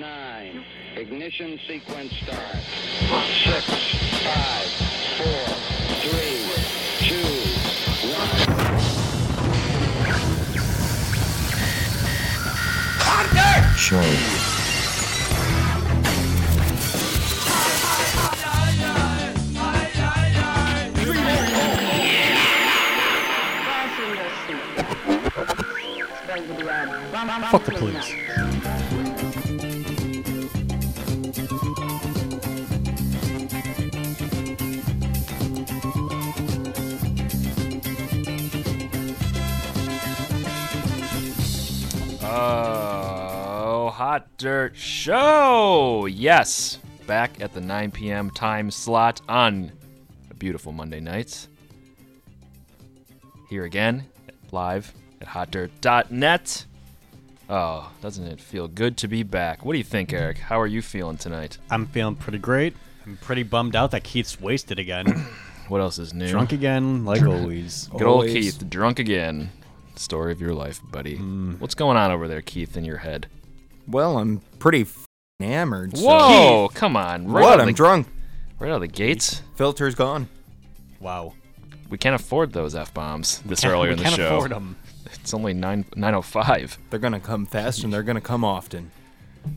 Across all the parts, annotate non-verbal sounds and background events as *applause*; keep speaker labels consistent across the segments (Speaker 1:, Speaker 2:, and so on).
Speaker 1: nine. Ignition sequence start. Six, five, four, three, two, one.
Speaker 2: Show.
Speaker 3: Fuck the police.
Speaker 2: Oh, Hot Dirt Show! Yes, back at the 9 p.m. time slot on a beautiful Monday night. Here again, live at hotdirt.net. Oh, doesn't it feel good to be back? What do you think, Eric? How are you feeling tonight?
Speaker 3: I'm feeling pretty great. I'm pretty bummed out that Keith's
Speaker 2: *coughs*
Speaker 3: wasted again.
Speaker 2: What else is new?
Speaker 3: Drunk again, like always.
Speaker 2: Good old Keith, drunk again. Story of your life, buddy.
Speaker 3: Hmm.
Speaker 2: What's going on over there, Keith, in your head?
Speaker 4: Well, I'm pretty f- enamored. so-
Speaker 2: Whoa, come on. Right out
Speaker 4: what?
Speaker 2: of
Speaker 4: I'm
Speaker 2: the-
Speaker 4: drunk.
Speaker 2: Right out of the gates?
Speaker 4: Filter's gone.
Speaker 3: Wow.
Speaker 2: We can't afford those F bombs this earlier
Speaker 3: we
Speaker 2: in the
Speaker 3: can't
Speaker 2: show.
Speaker 3: afford 'em.
Speaker 2: It's only oh 9 905.
Speaker 4: They're gonna come fast and they're gonna come often.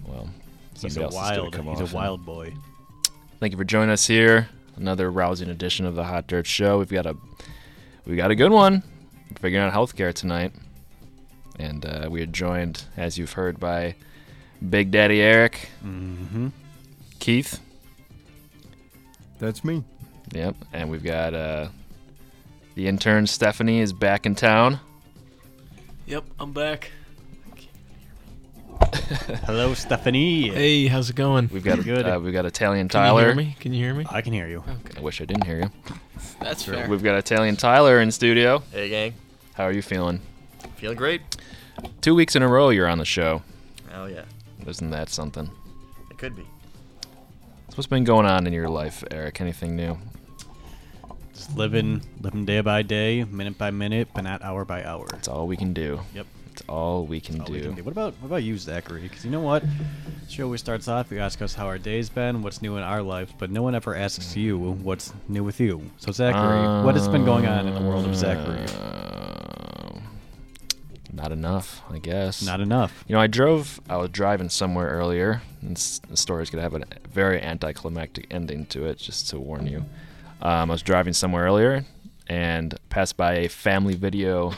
Speaker 2: Well,
Speaker 3: He's
Speaker 2: somebody
Speaker 3: a
Speaker 2: else is gonna
Speaker 3: wild.
Speaker 2: come
Speaker 3: He's
Speaker 2: off.
Speaker 3: a wild boy.
Speaker 2: Thank you for joining us here. Another rousing edition of the Hot Dirt Show. We've got a we got a good one. We're figuring out healthcare tonight. And uh, we are joined, as you've heard, by Big Daddy Eric. Mm-hmm. Keith.
Speaker 4: That's me.
Speaker 2: Yep. And we've got uh, the intern Stephanie is back in town.
Speaker 5: Yep, I'm back.
Speaker 3: Hello, Stephanie.
Speaker 5: Hey, how's it going?
Speaker 2: We've got
Speaker 3: Good.
Speaker 2: Uh, we've got Italian
Speaker 5: Can
Speaker 2: Tyler.
Speaker 5: you hear me? Can you hear me?
Speaker 3: I can hear you.
Speaker 2: I wish I didn't hear you.
Speaker 5: That's fair.
Speaker 2: We've got Italian Tyler in studio.
Speaker 6: Hey gang,
Speaker 2: How are you feeling?
Speaker 6: feeling great?
Speaker 2: Two weeks in a row, you're on the show.
Speaker 6: Oh yeah,
Speaker 2: Isn't that something?
Speaker 6: it could be.
Speaker 2: So what's been going on in your life, Eric? Anything new?
Speaker 3: Just living, living day by day, minute by minute, but not hour by hour.
Speaker 2: It's all we can do.
Speaker 3: Yep.
Speaker 2: It's all we can,
Speaker 3: All
Speaker 2: do.
Speaker 3: we can do. What about what about you, Zachary? Because you know what, the show always starts off. You ask us how our day's been, what's new in our lives, but no one ever asks
Speaker 2: Mm.
Speaker 3: you what's new with you. So Zachary, what has been going on in the world of Zachary?
Speaker 2: Um, not enough, I guess.
Speaker 3: Not enough.
Speaker 2: You know, I drove. I was driving somewhere earlier, and s- the story's gonna have a very anticlimactic ending to it. Just to warn you, um, I was driving somewhere earlier and passed by a family video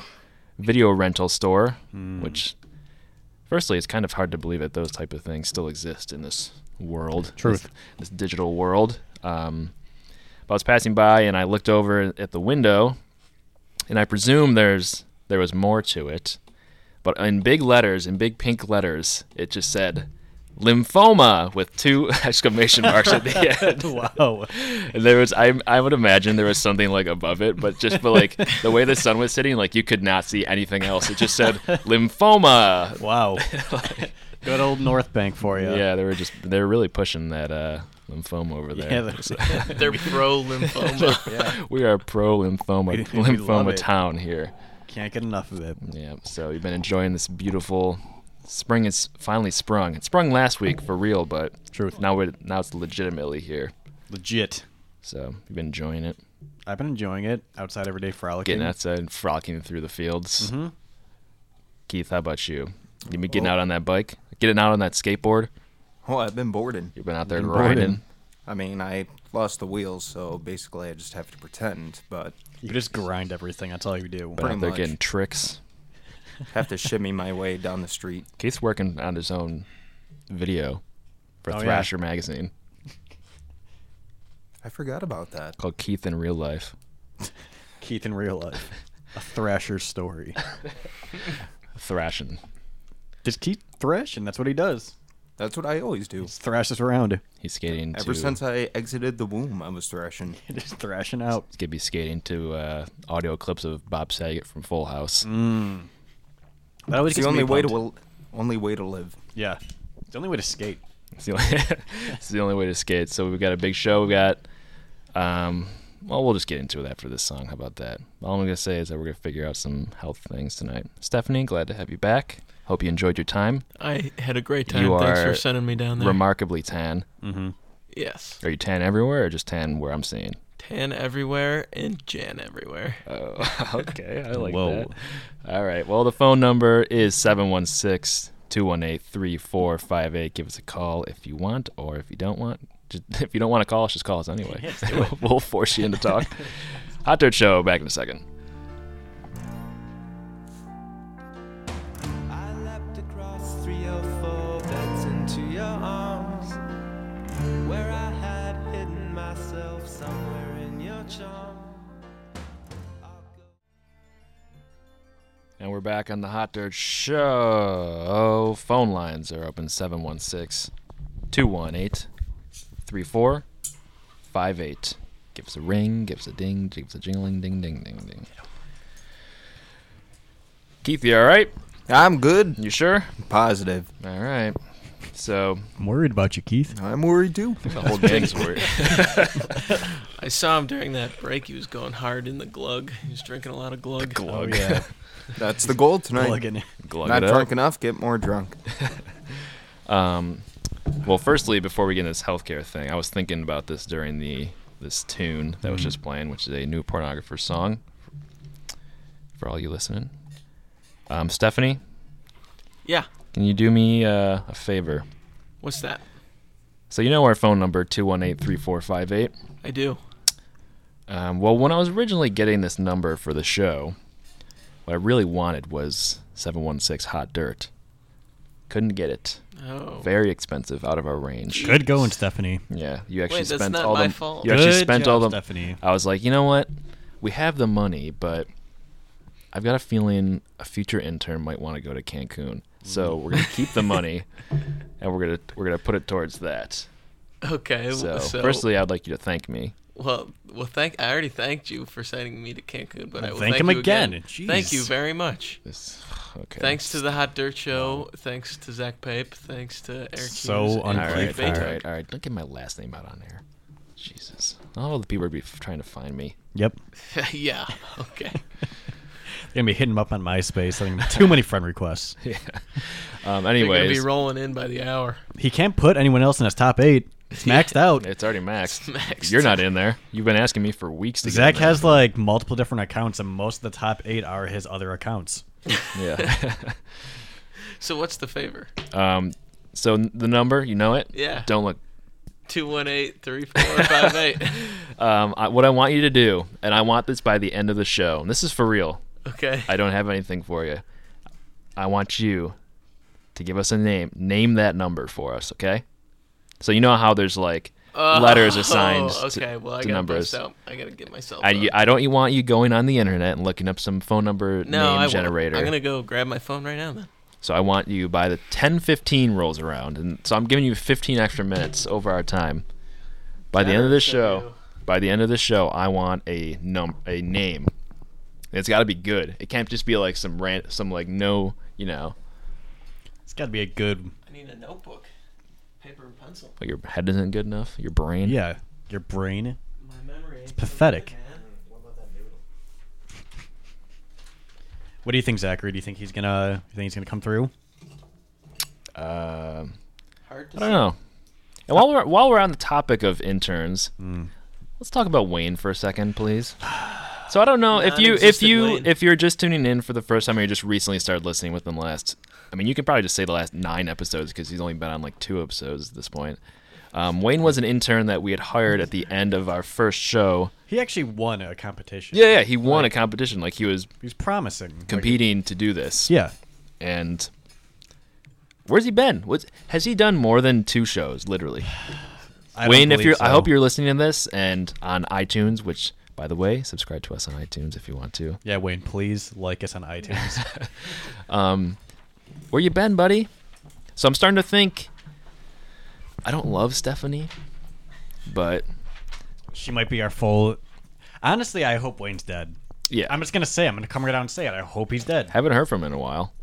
Speaker 2: video rental store, which, firstly, it's kind of hard to believe that those type of things still exist in this world,
Speaker 3: Truth.
Speaker 2: this, this digital world. Um, but I was passing by and I looked over at the window, and I presume there's there was more to it but in big letters, in big pink letters, it just said lymphoma with two *laughs* exclamation marks at the end.
Speaker 3: *laughs* wow.
Speaker 2: And there was, I, I would imagine there was something like above it, but just but like the way the sun was sitting, like you could not see anything else. It just said lymphoma.
Speaker 3: *laughs* Wow. Good old North Bank for you.
Speaker 2: Yeah. they were just they were really pushing that uh, lymphoma over there.
Speaker 3: Yeah, *laughs* that's-
Speaker 2: *laughs*
Speaker 6: *laughs*
Speaker 5: They're pro lymphoma.
Speaker 2: we are pro lymphoma
Speaker 3: We- we love
Speaker 2: lymphoma
Speaker 3: it.
Speaker 2: town here.
Speaker 3: Can't get enough of it.
Speaker 2: Yeah, so you've been enjoying this beautiful spring is finally sprung. It sprung last week for real, but
Speaker 3: Truth.
Speaker 2: now we're now it's legitimately here.
Speaker 3: Legit.
Speaker 2: So you've been enjoying it,
Speaker 3: I've been enjoying it. Outside everyday frolicking.
Speaker 2: getting outside and frolicking through the fields.
Speaker 3: Mm-hmm.
Speaker 2: Keith, how about you? You been getting out on that bike, getting out on that skateboard?
Speaker 4: Oh, I've been boarding.
Speaker 2: You've been out there
Speaker 3: Been boarding.
Speaker 2: riding.
Speaker 4: I mean, I lost the wheels, so basically I just have to pretend, but
Speaker 3: You just grind everything. That's all you do.
Speaker 2: Been
Speaker 4: Pretty
Speaker 2: out there
Speaker 4: much.
Speaker 2: getting tricks.
Speaker 4: have to shimmy my way down the street.
Speaker 2: Keith's working on his own video for
Speaker 3: Oh, yeah.
Speaker 2: Thrasher magazine
Speaker 4: I forgot about that.
Speaker 2: called Keith in Real Life.
Speaker 3: Keith in real life. A thrasher *laughs* story.
Speaker 2: Thrashing.
Speaker 3: Just Keith thrash, and that's what he does.
Speaker 4: That's what I always do.
Speaker 3: Just thrashes around. *laughs*
Speaker 2: He's skating
Speaker 4: Ever
Speaker 2: to
Speaker 4: since I exited the womb, I was thrashing.
Speaker 3: Just thrashing out.
Speaker 2: he's gonna be skating to uh, audio clips of Bob Saget from Full House.
Speaker 3: That
Speaker 4: It's
Speaker 3: always
Speaker 4: the
Speaker 3: gets me
Speaker 4: only way to
Speaker 3: pumped.
Speaker 4: will- only way to live.
Speaker 3: Yeah. It's the only way to skate.
Speaker 2: *laughs* It's the only, *laughs* it's the only way to skate. So we've got a big show. We've got, um, well, we'll just get into that for this song. How about that? All I'm gonna say is that we're gonna figure out some health things tonight. Stephanie, glad to have you back. Hope you enjoyed your time.
Speaker 5: I had a great time.
Speaker 2: You
Speaker 5: Thanks
Speaker 2: are
Speaker 5: for sending me down there.
Speaker 2: Remarkably tan.
Speaker 5: yes.
Speaker 2: Are you tan everywhere or just tan where I'm seeing?
Speaker 5: Tan everywhere and Jan everywhere.
Speaker 2: Oh, *laughs* okay. I like
Speaker 3: Whoa.
Speaker 2: that. All right. Well, the phone number is 716 218 3458. Give us a call if you want, or if you don't want, just, *laughs* if you don't want to call us, just call us anyway. *laughs* we'll force you into talk. Hot Dirt Show, back in a second.
Speaker 7: I leapt across three or four beds into your arms, where I had hidden myself somewhere in your charm.
Speaker 2: And we're back on the Hot Dirt Show. Phone lines are open 716 218 3458. Give us a ring, give us a ding, give us a jingling, ding, ding, ding, ding. Keith, you all right?
Speaker 4: I'm good.
Speaker 2: You sure?
Speaker 4: Positive.
Speaker 2: All right. So,
Speaker 3: I'm worried about you, Keith.
Speaker 4: I'm worried too.
Speaker 2: the whole gang's *laughs* worried.
Speaker 5: I saw him during that break. He was going hard in the glug. He was drinking a lot of glug.
Speaker 3: Oh *laughs* yeah,
Speaker 4: That's the goal tonight.
Speaker 3: plugging.
Speaker 2: Glug
Speaker 4: Not
Speaker 2: it up.
Speaker 4: drunk enough, get more drunk.
Speaker 2: Well, firstly, before we get into this healthcare thing, I was thinking about this during the this tune that was just playing, which is a new pornographer song. For all you listening, um, Stephanie,
Speaker 5: Yeah.
Speaker 2: can you do me uh, a favor?
Speaker 5: What's that?
Speaker 2: So you know our phone number two one eight three four five eight.
Speaker 5: I do.
Speaker 2: Um, well, when I was originally getting this number for the show, what I really wanted was seven one six hot dirt. Couldn't get it.
Speaker 5: Oh.
Speaker 2: Very expensive, out of our range.
Speaker 3: Good going, Stephanie.
Speaker 2: Yeah, you actually
Speaker 5: Wait, that's
Speaker 2: spent
Speaker 5: not
Speaker 2: all
Speaker 5: my
Speaker 2: the
Speaker 5: fault.
Speaker 2: you actually
Speaker 3: Good
Speaker 2: spent
Speaker 3: job,
Speaker 2: all the
Speaker 3: Stephanie.
Speaker 2: I was like, you know what? We have the money, but I've got a feeling a future intern might want to go to Cancun. So
Speaker 5: Mm.
Speaker 2: we're gonna keep the
Speaker 5: *laughs*
Speaker 2: money, and we're gonna we're gonna put it towards that.
Speaker 5: Okay. w-
Speaker 2: So,
Speaker 5: So,
Speaker 2: firstly, I'd like you to thank me.
Speaker 5: well, well, thank. I already thanked you for sending me to Cancun, but I will
Speaker 3: Thank
Speaker 5: thank
Speaker 3: him
Speaker 5: you again.
Speaker 3: again. Jeez.
Speaker 5: Thank you very much.
Speaker 2: This *sighs* okay.
Speaker 5: Thanks to the Hot Dirt Show. Thanks to Zach Pape. Thanks to Eric.
Speaker 3: So
Speaker 5: Hughes and
Speaker 2: All right,
Speaker 5: Keith
Speaker 2: all
Speaker 5: Baker.
Speaker 2: right, all right. Don't get my last name out on air. Jesus, all the people would be f- trying to find me.
Speaker 3: Yep.
Speaker 5: *laughs* yeah.
Speaker 2: *laughs*
Speaker 5: Okay.
Speaker 3: You're gonna be hitting him up on MySpace. I *laughs* think too many friend requests.
Speaker 2: Um,
Speaker 5: You're gonna
Speaker 2: anyways,
Speaker 5: be rolling in by the hour.
Speaker 3: He can't put anyone else in his
Speaker 2: *laughs*
Speaker 3: top eight. It's maxed out.
Speaker 2: it's already
Speaker 5: *laughs*
Speaker 2: maxed.
Speaker 5: maxed.
Speaker 2: You're not in there. You've been asking me for weeks. To get
Speaker 3: Zach
Speaker 2: in there.
Speaker 3: has like multiple different accounts, and most of the top eight are his other accounts.
Speaker 5: *laughs*
Speaker 2: yeah. *laughs*
Speaker 5: So what's the favor?
Speaker 2: Um, so n- the number, you know it.
Speaker 5: Yeah.
Speaker 2: Don't look.
Speaker 5: Two one eight three four five
Speaker 2: *laughs*
Speaker 5: eight. *laughs*
Speaker 2: Um, I, what I want you to do, and I want this by the end of the show. And this is for real.
Speaker 5: Okay.
Speaker 2: I don't have anything for you. I want you to give us a name. Name that number for us, okay? So you know how there's like letters assigned
Speaker 5: Oh,
Speaker 2: to-
Speaker 5: *laughs* okay. Well, I
Speaker 2: to
Speaker 5: gotta
Speaker 2: numbers.
Speaker 5: bust out. I gotta get myself.
Speaker 2: I,
Speaker 5: up.
Speaker 2: you- I don't want you going on the internet and looking up some phone number
Speaker 5: no, I
Speaker 2: name
Speaker 5: won't.
Speaker 2: generator.
Speaker 5: I'm gonna go grab my phone right now then.
Speaker 2: So I want you by the 10:15 rolls around, and so I'm giving you 15 extra minutes over our time. By the end of this show, by the end of this show, I want a num a name. And It's got to be good. It can't just be like some rant, some like no, you know,
Speaker 3: It's got to be a good
Speaker 5: I need a notebook, paper and pencil.
Speaker 2: like your head isn't good enough, your brain.
Speaker 3: yeah. Your brain.
Speaker 5: My memory. It's
Speaker 3: pathetic. What do you think, Zachary? Do you think he's gonna? You think he's gonna come through?
Speaker 5: Hard
Speaker 2: I
Speaker 5: to
Speaker 2: don't know. Oh. And while we're while we're on the topic of interns, let's talk about Wayne for a second, please. So I don't know if you if
Speaker 5: Non-existent
Speaker 2: you
Speaker 5: Wayne.
Speaker 2: if you're just tuning in for the first time or you just recently started listening within the last. I mean, you can probably just say the last nine episodes because he's only been on like two episodes at this point. Um, Wayne was an intern that we had hired at the end of our first show.
Speaker 3: He actually won a competition.
Speaker 2: Yeah, yeah, he won a competition. Like he was
Speaker 3: He's promising.
Speaker 2: competing to do this.
Speaker 3: Yeah.
Speaker 2: and where's he been? What's, has he done more than two shows? Literally.
Speaker 3: I don't
Speaker 2: Wayne, if
Speaker 3: believe
Speaker 2: you're, I
Speaker 3: so.
Speaker 2: hope you're listening to this and on iTunes, which, by the way, subscribe to us on iTunes if you want to.
Speaker 3: Yeah, Wayne. Please
Speaker 2: *laughs*
Speaker 3: like us on iTunes.
Speaker 2: Where you been, buddy? So I'm starting to think. I don't love Stephanie, but
Speaker 3: she might be our full. Honestly, I hope Wayne's dead.
Speaker 2: yeah,
Speaker 3: I'm just gonna say. I'm gonna come right out and say it. I hope he's dead.
Speaker 2: haven't heard from him in a while.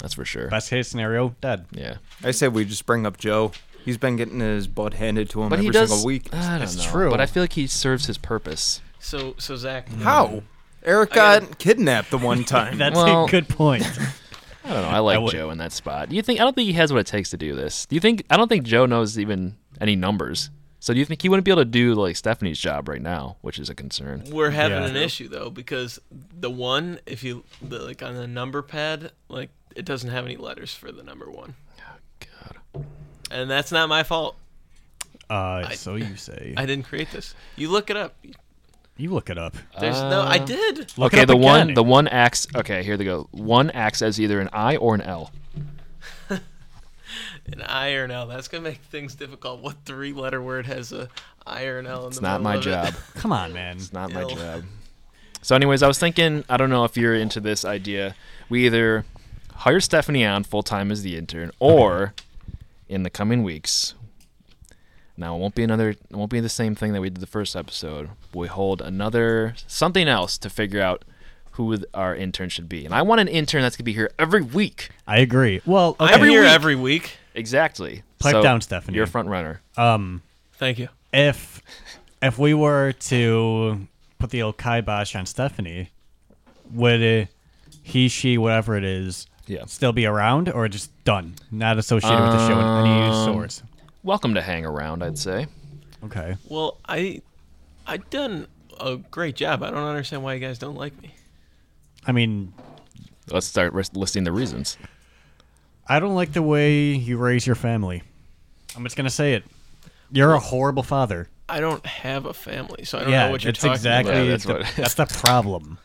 Speaker 2: That's for sure.
Speaker 3: Best case scenario, dead.
Speaker 2: Yeah,
Speaker 4: I said we just bring up Joe. He's been getting his butt handed to him
Speaker 2: but
Speaker 4: every
Speaker 2: he does. Uh,
Speaker 4: single week.
Speaker 2: I don't
Speaker 3: That's
Speaker 2: know,
Speaker 3: true.
Speaker 2: But I feel like he serves his purpose.
Speaker 5: So so Zach.
Speaker 4: How? Eric
Speaker 5: I
Speaker 4: got
Speaker 5: gotta-
Speaker 2: *laughs*
Speaker 4: kidnapped the one time.
Speaker 3: That's
Speaker 2: Well-
Speaker 3: a good point.
Speaker 2: I don't know. I like
Speaker 3: would-
Speaker 2: Joe in that spot. Do you think? I don't think he has what it takes to do this. Do you think? I don't think Joe knows even any numbers. So do you think he wouldn't be able to do like Stephanie's job right now, which is a concern?
Speaker 5: We're having
Speaker 3: Yeah.
Speaker 5: an issue though because the one, if you the, like on the number pad, like it doesn't have any letters for the number one,
Speaker 2: Oh, God.
Speaker 5: and that's not my fault.
Speaker 3: Uh, so you say.
Speaker 5: I didn't create this. You look it up.
Speaker 3: you look it up.
Speaker 5: There's no. I did.
Speaker 3: Look it
Speaker 2: Uh, okay,
Speaker 3: up
Speaker 2: the one
Speaker 3: again.
Speaker 2: the one acts. Okay, here they go. One acts as either an I or an L.
Speaker 5: An I or an L. That's gonna make things difficult. What three letter word has a I or an L in
Speaker 2: It's
Speaker 5: the
Speaker 2: not
Speaker 5: middle
Speaker 2: my
Speaker 5: of it?
Speaker 2: job.
Speaker 3: Come on, man.
Speaker 2: It's not my
Speaker 5: L.
Speaker 2: job. So, anyways, I was thinking. I don't know if you're into this idea. We either hire Stephanie on full time as the intern, or in the coming weeks. Now it won't be another. It won't be the same thing that we did the first episode. We hold another something else to figure out who our intern should be. And I want an intern that's gonna be here every week.
Speaker 3: I agree. Well, okay.
Speaker 5: I'm here every week.
Speaker 2: Exactly.
Speaker 3: Pipe down, Stephanie.
Speaker 2: You're a front runner.
Speaker 5: Thank you.
Speaker 3: if if we were to put the old kibosh on Stephanie, would it, he, she, whatever it is,
Speaker 2: Yeah.
Speaker 3: still be around or just done, not associated with the show in any
Speaker 2: Um,
Speaker 3: sort?
Speaker 2: Welcome to hang around. I'd say.
Speaker 3: Okay.
Speaker 5: Well, I I done a great job. I don't understand why you guys don't like me.
Speaker 3: I mean,
Speaker 2: Let's start ris- listing the reasons.
Speaker 3: I don't like the way you raise your family. I'm just gonna say it. You're a horrible father.
Speaker 5: I don't have a family, so I don't
Speaker 3: Yeah,
Speaker 5: know what you're
Speaker 3: that's
Speaker 5: talking
Speaker 3: exactly
Speaker 5: about.
Speaker 2: Yeah, that's
Speaker 3: the,
Speaker 2: what-
Speaker 3: that's the problem.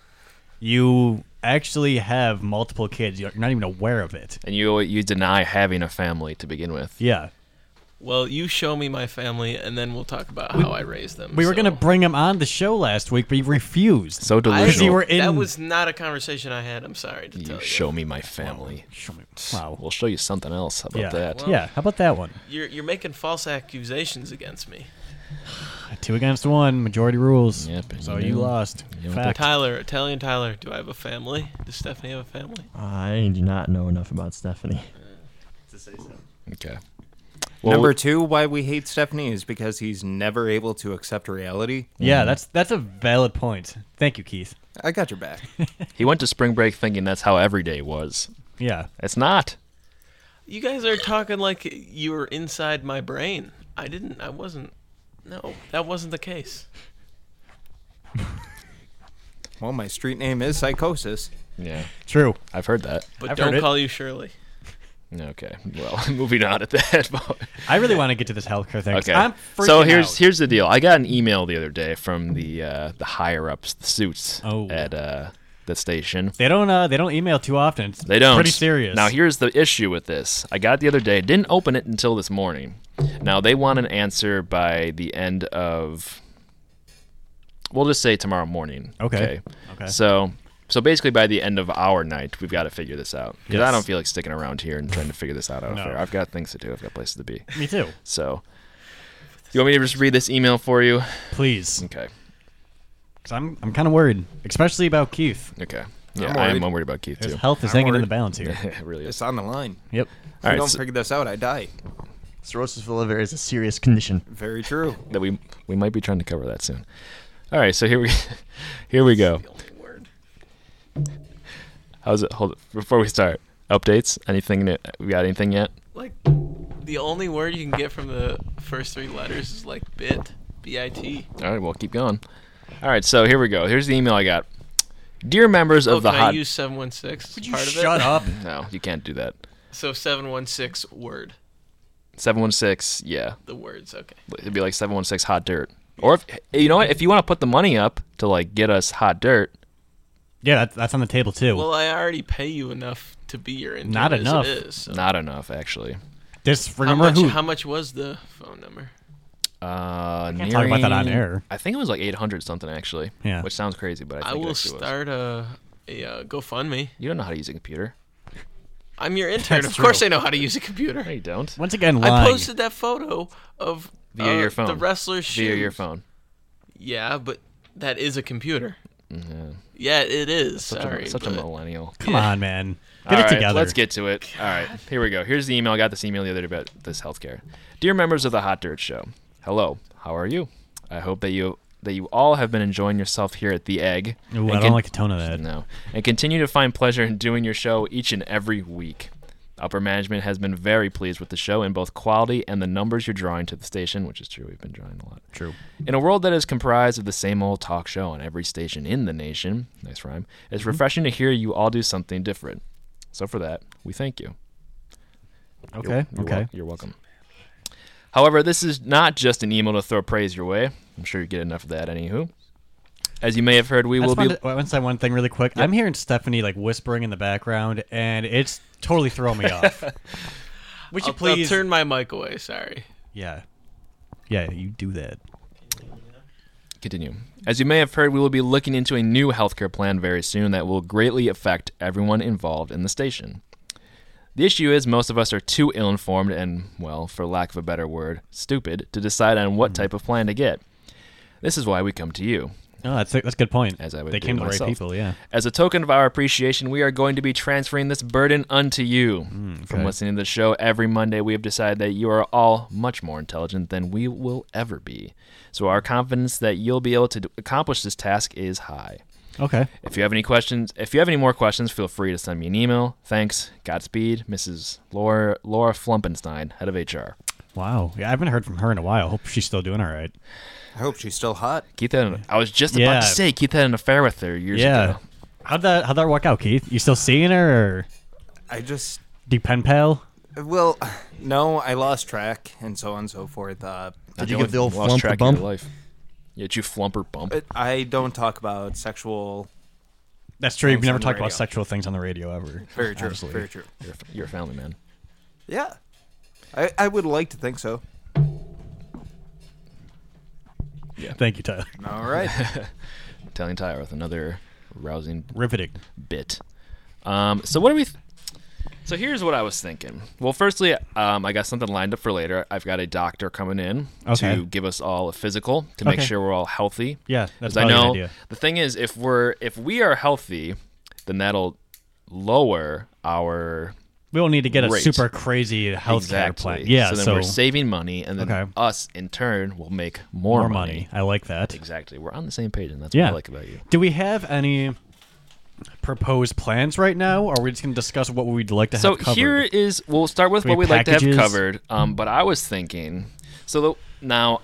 Speaker 3: You actually have multiple kids. You're not even aware of it.
Speaker 2: And you you deny having a family to begin with.
Speaker 3: Yeah.
Speaker 5: Well, you show me my family, and then we'll talk about how I raised them.
Speaker 3: We were
Speaker 5: so-
Speaker 3: gonna bring him on the show last week, but he refused.
Speaker 2: So
Speaker 5: I-
Speaker 2: delusional.
Speaker 3: you were in-
Speaker 5: That was not a conversation I had. I'm sorry to tell
Speaker 2: you
Speaker 5: you.
Speaker 2: show me my family.
Speaker 3: Show me- Wow.
Speaker 2: We'll show you something else. How about
Speaker 3: yeah.
Speaker 2: that?
Speaker 3: yeah. How about that one?
Speaker 5: You're you're making false accusations against me,
Speaker 3: Two against one, majority rules.
Speaker 2: Yep, and
Speaker 3: so
Speaker 2: you
Speaker 3: you
Speaker 2: knew-
Speaker 3: lost.
Speaker 2: you knew
Speaker 3: Fact.
Speaker 5: Tyler. Italian Tyler. Do I have a family? Does Stephanie have a family?
Speaker 6: I do not know enough about
Speaker 2: *laughs*
Speaker 6: Stephanie. To say so.
Speaker 2: Okay. Well,
Speaker 4: Number two, why we hate Stephanie is because he's never able to accept reality.
Speaker 3: Yeah, that's that's a valid point. Thank you, Keith.
Speaker 4: I got your
Speaker 2: *laughs*
Speaker 4: back.
Speaker 2: he went to spring break thinking that's how every day was.
Speaker 3: Yeah.
Speaker 2: It's not.
Speaker 5: You guys are talking like you were inside my brain. I didn't. I wasn't. No, that wasn't the case.
Speaker 4: well, my street name is Psychosis.
Speaker 2: Yeah,
Speaker 3: True.
Speaker 2: I've heard that.
Speaker 5: But
Speaker 3: I've heard
Speaker 5: don't
Speaker 3: it.
Speaker 5: call you Shirley.
Speaker 2: Okay. Well, *laughs* moving on at that. *laughs* point.
Speaker 3: I really want to get to this healthcare thing. 'cause
Speaker 2: okay.
Speaker 3: I'm
Speaker 2: so
Speaker 3: freaking
Speaker 2: here's
Speaker 3: out.
Speaker 2: here's the deal. I got an email the other day from the uh, the higher ups, the suits
Speaker 3: Oh.
Speaker 2: at uh, the station.
Speaker 3: They don't. Uh, they don't email too often. It's
Speaker 2: They don't.
Speaker 3: Pretty serious.
Speaker 2: Now here's the issue with this. I got it the other day. Didn't open it until this morning. Now they want an answer by the end of. We'll just say tomorrow morning.
Speaker 3: Okay. Okay.
Speaker 2: So, so basically by the end of our night, we've got to figure this out because I
Speaker 3: Yes.
Speaker 2: don't feel like sticking around here and trying to figure this out out
Speaker 3: No.
Speaker 2: here. I've got things to do. I've got places to be.
Speaker 3: Me too.
Speaker 2: So, you want me to just read this email for you?
Speaker 3: Please,
Speaker 2: Okay.
Speaker 3: because I'm I'm kind of worried, especially about Keith.
Speaker 2: Okay. Yeah,
Speaker 4: I'm
Speaker 2: I am
Speaker 4: worried.
Speaker 2: worried about Keith
Speaker 3: His
Speaker 2: too.
Speaker 3: health is
Speaker 4: I'm
Speaker 3: hanging in
Speaker 4: worried.
Speaker 3: the balance here.
Speaker 2: *laughs* it really is.
Speaker 4: It's on the line.
Speaker 3: yep.
Speaker 4: If I
Speaker 2: All right.
Speaker 4: don't
Speaker 2: so-
Speaker 4: figure this out, I die.
Speaker 6: Cirrhosis of the liver is a serious condition.
Speaker 4: Very true.
Speaker 2: that we we might be trying to cover that soon. All right, so here we *laughs* here we go.
Speaker 5: The only word.
Speaker 2: How's it? Hold it before we start. Updates? Anything? New, we got anything yet?
Speaker 5: Like the only word you can get from the first three letters is like bit, b i t.
Speaker 2: All right, well keep going. All right, so here we go. Here's the email I got. Dear members of
Speaker 5: Oh,
Speaker 2: the
Speaker 5: can I
Speaker 2: hot.
Speaker 5: use seven one six?
Speaker 3: Would you
Speaker 5: part of
Speaker 3: shut
Speaker 5: it?
Speaker 3: up?
Speaker 2: no, you can't do that.
Speaker 5: So seven one six word.
Speaker 2: Seven one six. Yeah,
Speaker 5: The words. Okay.
Speaker 2: it'd be like seven one six hot dirt. Or if you know what, if you want to put the money up to like get us hot dirt,
Speaker 3: Yeah, that, that's on the table too.
Speaker 5: Well, I already pay you enough to be your intern.
Speaker 3: Not
Speaker 5: as it
Speaker 3: enough.
Speaker 5: is, so-
Speaker 2: not enough actually.
Speaker 3: Just
Speaker 5: How
Speaker 3: remember
Speaker 5: much?
Speaker 3: who.
Speaker 5: How much was the phone number?
Speaker 2: Uh,
Speaker 3: can't talk about that on
Speaker 2: nearing-
Speaker 3: air.
Speaker 2: I think it was like eight hundred something actually.
Speaker 3: Yeah.
Speaker 2: which sounds crazy, but I
Speaker 5: I
Speaker 2: think it
Speaker 5: will
Speaker 2: actually was.
Speaker 5: start a, a uh, GoFundMe.
Speaker 2: You don't know how to use a computer.
Speaker 5: I'm your intern.
Speaker 3: That's
Speaker 5: of course,
Speaker 3: true.
Speaker 5: I know how to use a computer.
Speaker 2: No, you don't.
Speaker 3: Once again,
Speaker 5: I
Speaker 3: lying.
Speaker 5: posted that photo of
Speaker 2: Via
Speaker 5: uh,
Speaker 2: your phone.
Speaker 5: The wrestler's shoes.
Speaker 2: Via your phone.
Speaker 5: Yeah, but that is a computer. Yeah, it is.
Speaker 2: Such,
Speaker 5: Sorry,
Speaker 2: a, such a
Speaker 5: but
Speaker 2: millennial.
Speaker 3: Come on, man. Get
Speaker 2: All
Speaker 3: it
Speaker 2: right,
Speaker 3: together.
Speaker 2: Let's get to it. All right, here we go. Here's the email. I got this email the other day about this healthcare. Dear members of the Hot Dirt Show, hello. How are you? I hope that you that you all have been enjoying yourself here at the Egg.
Speaker 3: Ooh,
Speaker 2: and
Speaker 3: I
Speaker 2: can-
Speaker 3: don't like the tone of that.
Speaker 2: no. And continue to find pleasure in doing your show each and every week. Upper management has been very pleased with the show in both quality and the numbers you're drawing to the station, which is true. We've been drawing a lot.
Speaker 3: True.
Speaker 2: In a world that is comprised of the same old talk show on every station in the nation, nice rhyme,
Speaker 3: Mm-hmm.
Speaker 2: it's refreshing to hear you all do something different. So for that, we thank you. You're-
Speaker 3: Okay.
Speaker 2: you're wel-
Speaker 3: okay.
Speaker 2: you're welcome. However, this is not just an email to throw praise your way. I'm sure you get enough of that, anywho. As you may have heard, we
Speaker 3: I
Speaker 2: will
Speaker 3: just
Speaker 2: be.
Speaker 3: wanted to, I want to say one thing really quick. I'm hearing Stephanie like whispering in the background, and it's totally throwing me
Speaker 2: *laughs*
Speaker 3: off. Would you
Speaker 5: I'll, I'll
Speaker 3: please
Speaker 5: turn my mic away. Sorry.
Speaker 3: Yeah. Yeah, you do that.
Speaker 2: Continue. As you may have heard, we will be looking into a new healthcare plan very soon that will greatly affect everyone involved in the station. The issue is most of us are too ill informed and, well, for lack of a better word, stupid to decide on what type of plan to get. This is why we come to you.
Speaker 3: Oh, that's a, that's a good point.
Speaker 2: As I would
Speaker 3: they
Speaker 2: do
Speaker 3: came to the
Speaker 2: myself.
Speaker 3: right people, yeah.
Speaker 2: As a token of our appreciation, we are going to be transferring this burden unto you. From
Speaker 3: okay.
Speaker 2: listening to the show every Monday, we have decided that you are all much more intelligent than we will ever be. So our confidence that you'll be able to d- accomplish this task is high.
Speaker 3: Okay.
Speaker 2: If you have any questions, if you have any more questions, feel free to send me an email. Thanks. Godspeed, Mrs. Laura Laura Flumpenstein, head of HR.
Speaker 3: Wow. Yeah, I haven't heard from her in a while. Hope she's still doing all right.
Speaker 4: I hope she's still hot.
Speaker 2: Keith had an, I was just
Speaker 3: Yeah.
Speaker 2: about to say Keith had an affair with her years
Speaker 3: yeah.
Speaker 2: ago.
Speaker 3: How'd that how'd that work out, Keith? You still seeing her or
Speaker 4: I just
Speaker 3: do you pen pal?
Speaker 4: well, no, I lost track and so on and so forth. Uh,
Speaker 6: Did
Speaker 2: You
Speaker 6: you
Speaker 2: only
Speaker 6: give the old
Speaker 2: lost
Speaker 6: flump
Speaker 2: track
Speaker 6: a bump?
Speaker 2: Of your life. Yeah, did you flumper bump?
Speaker 4: but I don't talk about sexual.
Speaker 3: That's true. You've
Speaker 4: Things
Speaker 3: never
Speaker 4: on the
Speaker 3: talked about
Speaker 4: radio.
Speaker 3: sexual things on the radio ever.
Speaker 4: Very true.
Speaker 3: Obviously.
Speaker 4: Very true.
Speaker 2: You're, a- you're a family man.
Speaker 4: Yeah, I I would like to think so.
Speaker 3: Thank you, Tyler.
Speaker 4: All right.
Speaker 2: Telling Tyler with another rousing
Speaker 3: Riveting.
Speaker 2: bit. Um, so what do we? Th- so here's what I was thinking. Well, firstly, um, I got something lined up for later. I've got a doctor coming in
Speaker 3: Okay.
Speaker 2: to give us all a physical to make
Speaker 3: Okay.
Speaker 2: sure we're all healthy.
Speaker 3: Yeah, that's
Speaker 2: 'Cause I
Speaker 3: probably a good
Speaker 2: know
Speaker 3: idea.
Speaker 2: the thing is if we're if we are healthy, then that'll lower our
Speaker 3: We don't need to get a
Speaker 2: Great.
Speaker 3: super crazy healthcare
Speaker 2: exactly.
Speaker 3: plan. Yeah,
Speaker 2: so
Speaker 3: so,
Speaker 2: then we're saving money, and then
Speaker 3: Okay.
Speaker 2: us in turn will make more,
Speaker 3: more money. I like that.
Speaker 2: Exactly. We're on the same page, and that's
Speaker 3: Yeah.
Speaker 2: what I like about you.
Speaker 3: Do we have any proposed plans right now? Or are we just going to discuss what we'd like to
Speaker 2: so
Speaker 3: have covered?
Speaker 2: here is we'll start with
Speaker 3: Three
Speaker 2: what we'd like to have
Speaker 3: packages.
Speaker 2: covered um, but i was thinking so the, now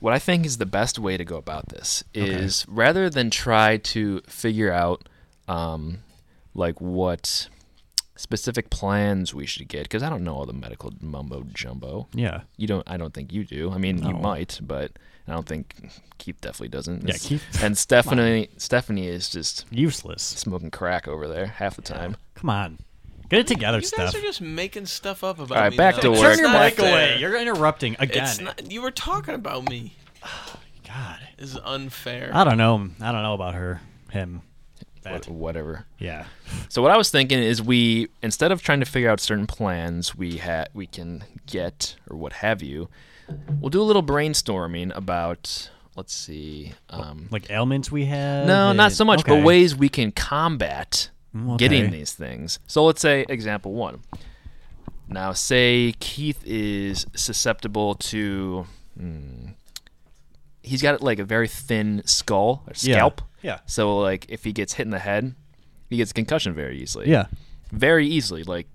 Speaker 2: what i think is the best way to go about this is rather than try to figure out um, like what specific plans we should get because i don't know all the medical mumbo jumbo
Speaker 3: yeah.
Speaker 2: you don't i don't think you do i mean you might but i don't think keith definitely doesn't
Speaker 3: Yeah,
Speaker 2: It's- *laughs*
Speaker 3: Keith-
Speaker 2: and
Speaker 3: *laughs*
Speaker 2: stephanie stephanie is just
Speaker 3: Useless.
Speaker 2: smoking crack over there half the time
Speaker 3: Come on. Get it together,
Speaker 5: You
Speaker 3: Steph.
Speaker 5: guys are just making stuff up about
Speaker 2: All right,
Speaker 5: me.
Speaker 2: back
Speaker 5: now.
Speaker 2: to
Speaker 5: It's
Speaker 2: work.
Speaker 3: Turn your
Speaker 5: not
Speaker 3: mic
Speaker 5: fair.
Speaker 3: away. You're interrupting again.
Speaker 5: It's not. You were talking about me.
Speaker 3: God.
Speaker 5: This is unfair.
Speaker 3: I don't know. I don't know about her. Him. That.
Speaker 2: Wh- whatever
Speaker 3: Yeah.
Speaker 2: So what I was thinking is we instead of trying to figure out certain plans we ha- we can get or what have you, we'll do a little brainstorming about let's see, um,
Speaker 3: Like ailments we have.
Speaker 2: no, not
Speaker 3: and-
Speaker 2: so much,
Speaker 3: okay.
Speaker 2: but ways we can combat
Speaker 3: Mm,
Speaker 2: getting
Speaker 3: okay.
Speaker 2: these things. So let's say example one. Now say Keith is susceptible to. hmm, he's got like a very thin skull or
Speaker 3: Yeah.
Speaker 2: scalp.
Speaker 3: Yeah.
Speaker 2: So like if he gets hit in the head, he gets concussion very easily
Speaker 3: Yeah.
Speaker 2: very easily. Like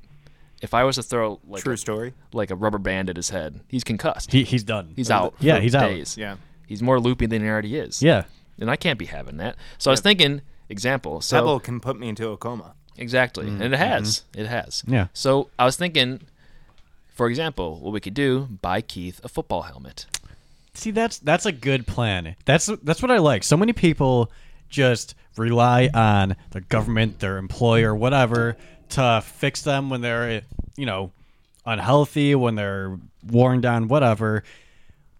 Speaker 2: if I was to throw
Speaker 4: *laughs*
Speaker 2: like
Speaker 4: True
Speaker 2: a,
Speaker 4: story.
Speaker 2: like a rubber band at his head, he's concussed.
Speaker 3: He, he's done.
Speaker 2: he's out.
Speaker 3: Yeah,
Speaker 2: for
Speaker 3: he's out.
Speaker 2: days.
Speaker 4: Yeah.
Speaker 2: he's more loopy than he already is.
Speaker 3: Yeah.
Speaker 2: and I can't be having that. So I was thinking example. So
Speaker 4: Pebble can put me into a coma.
Speaker 2: exactly, and it has, it has.
Speaker 3: Mm-hmm. Yeah.
Speaker 2: So I was thinking, for example, what we could do: buy Keith a football helmet.
Speaker 3: See, that's that's a good plan. That's that's what I like. So many people just rely on their government, their employer, whatever, to fix them when they're you know unhealthy, when they're worn down, whatever.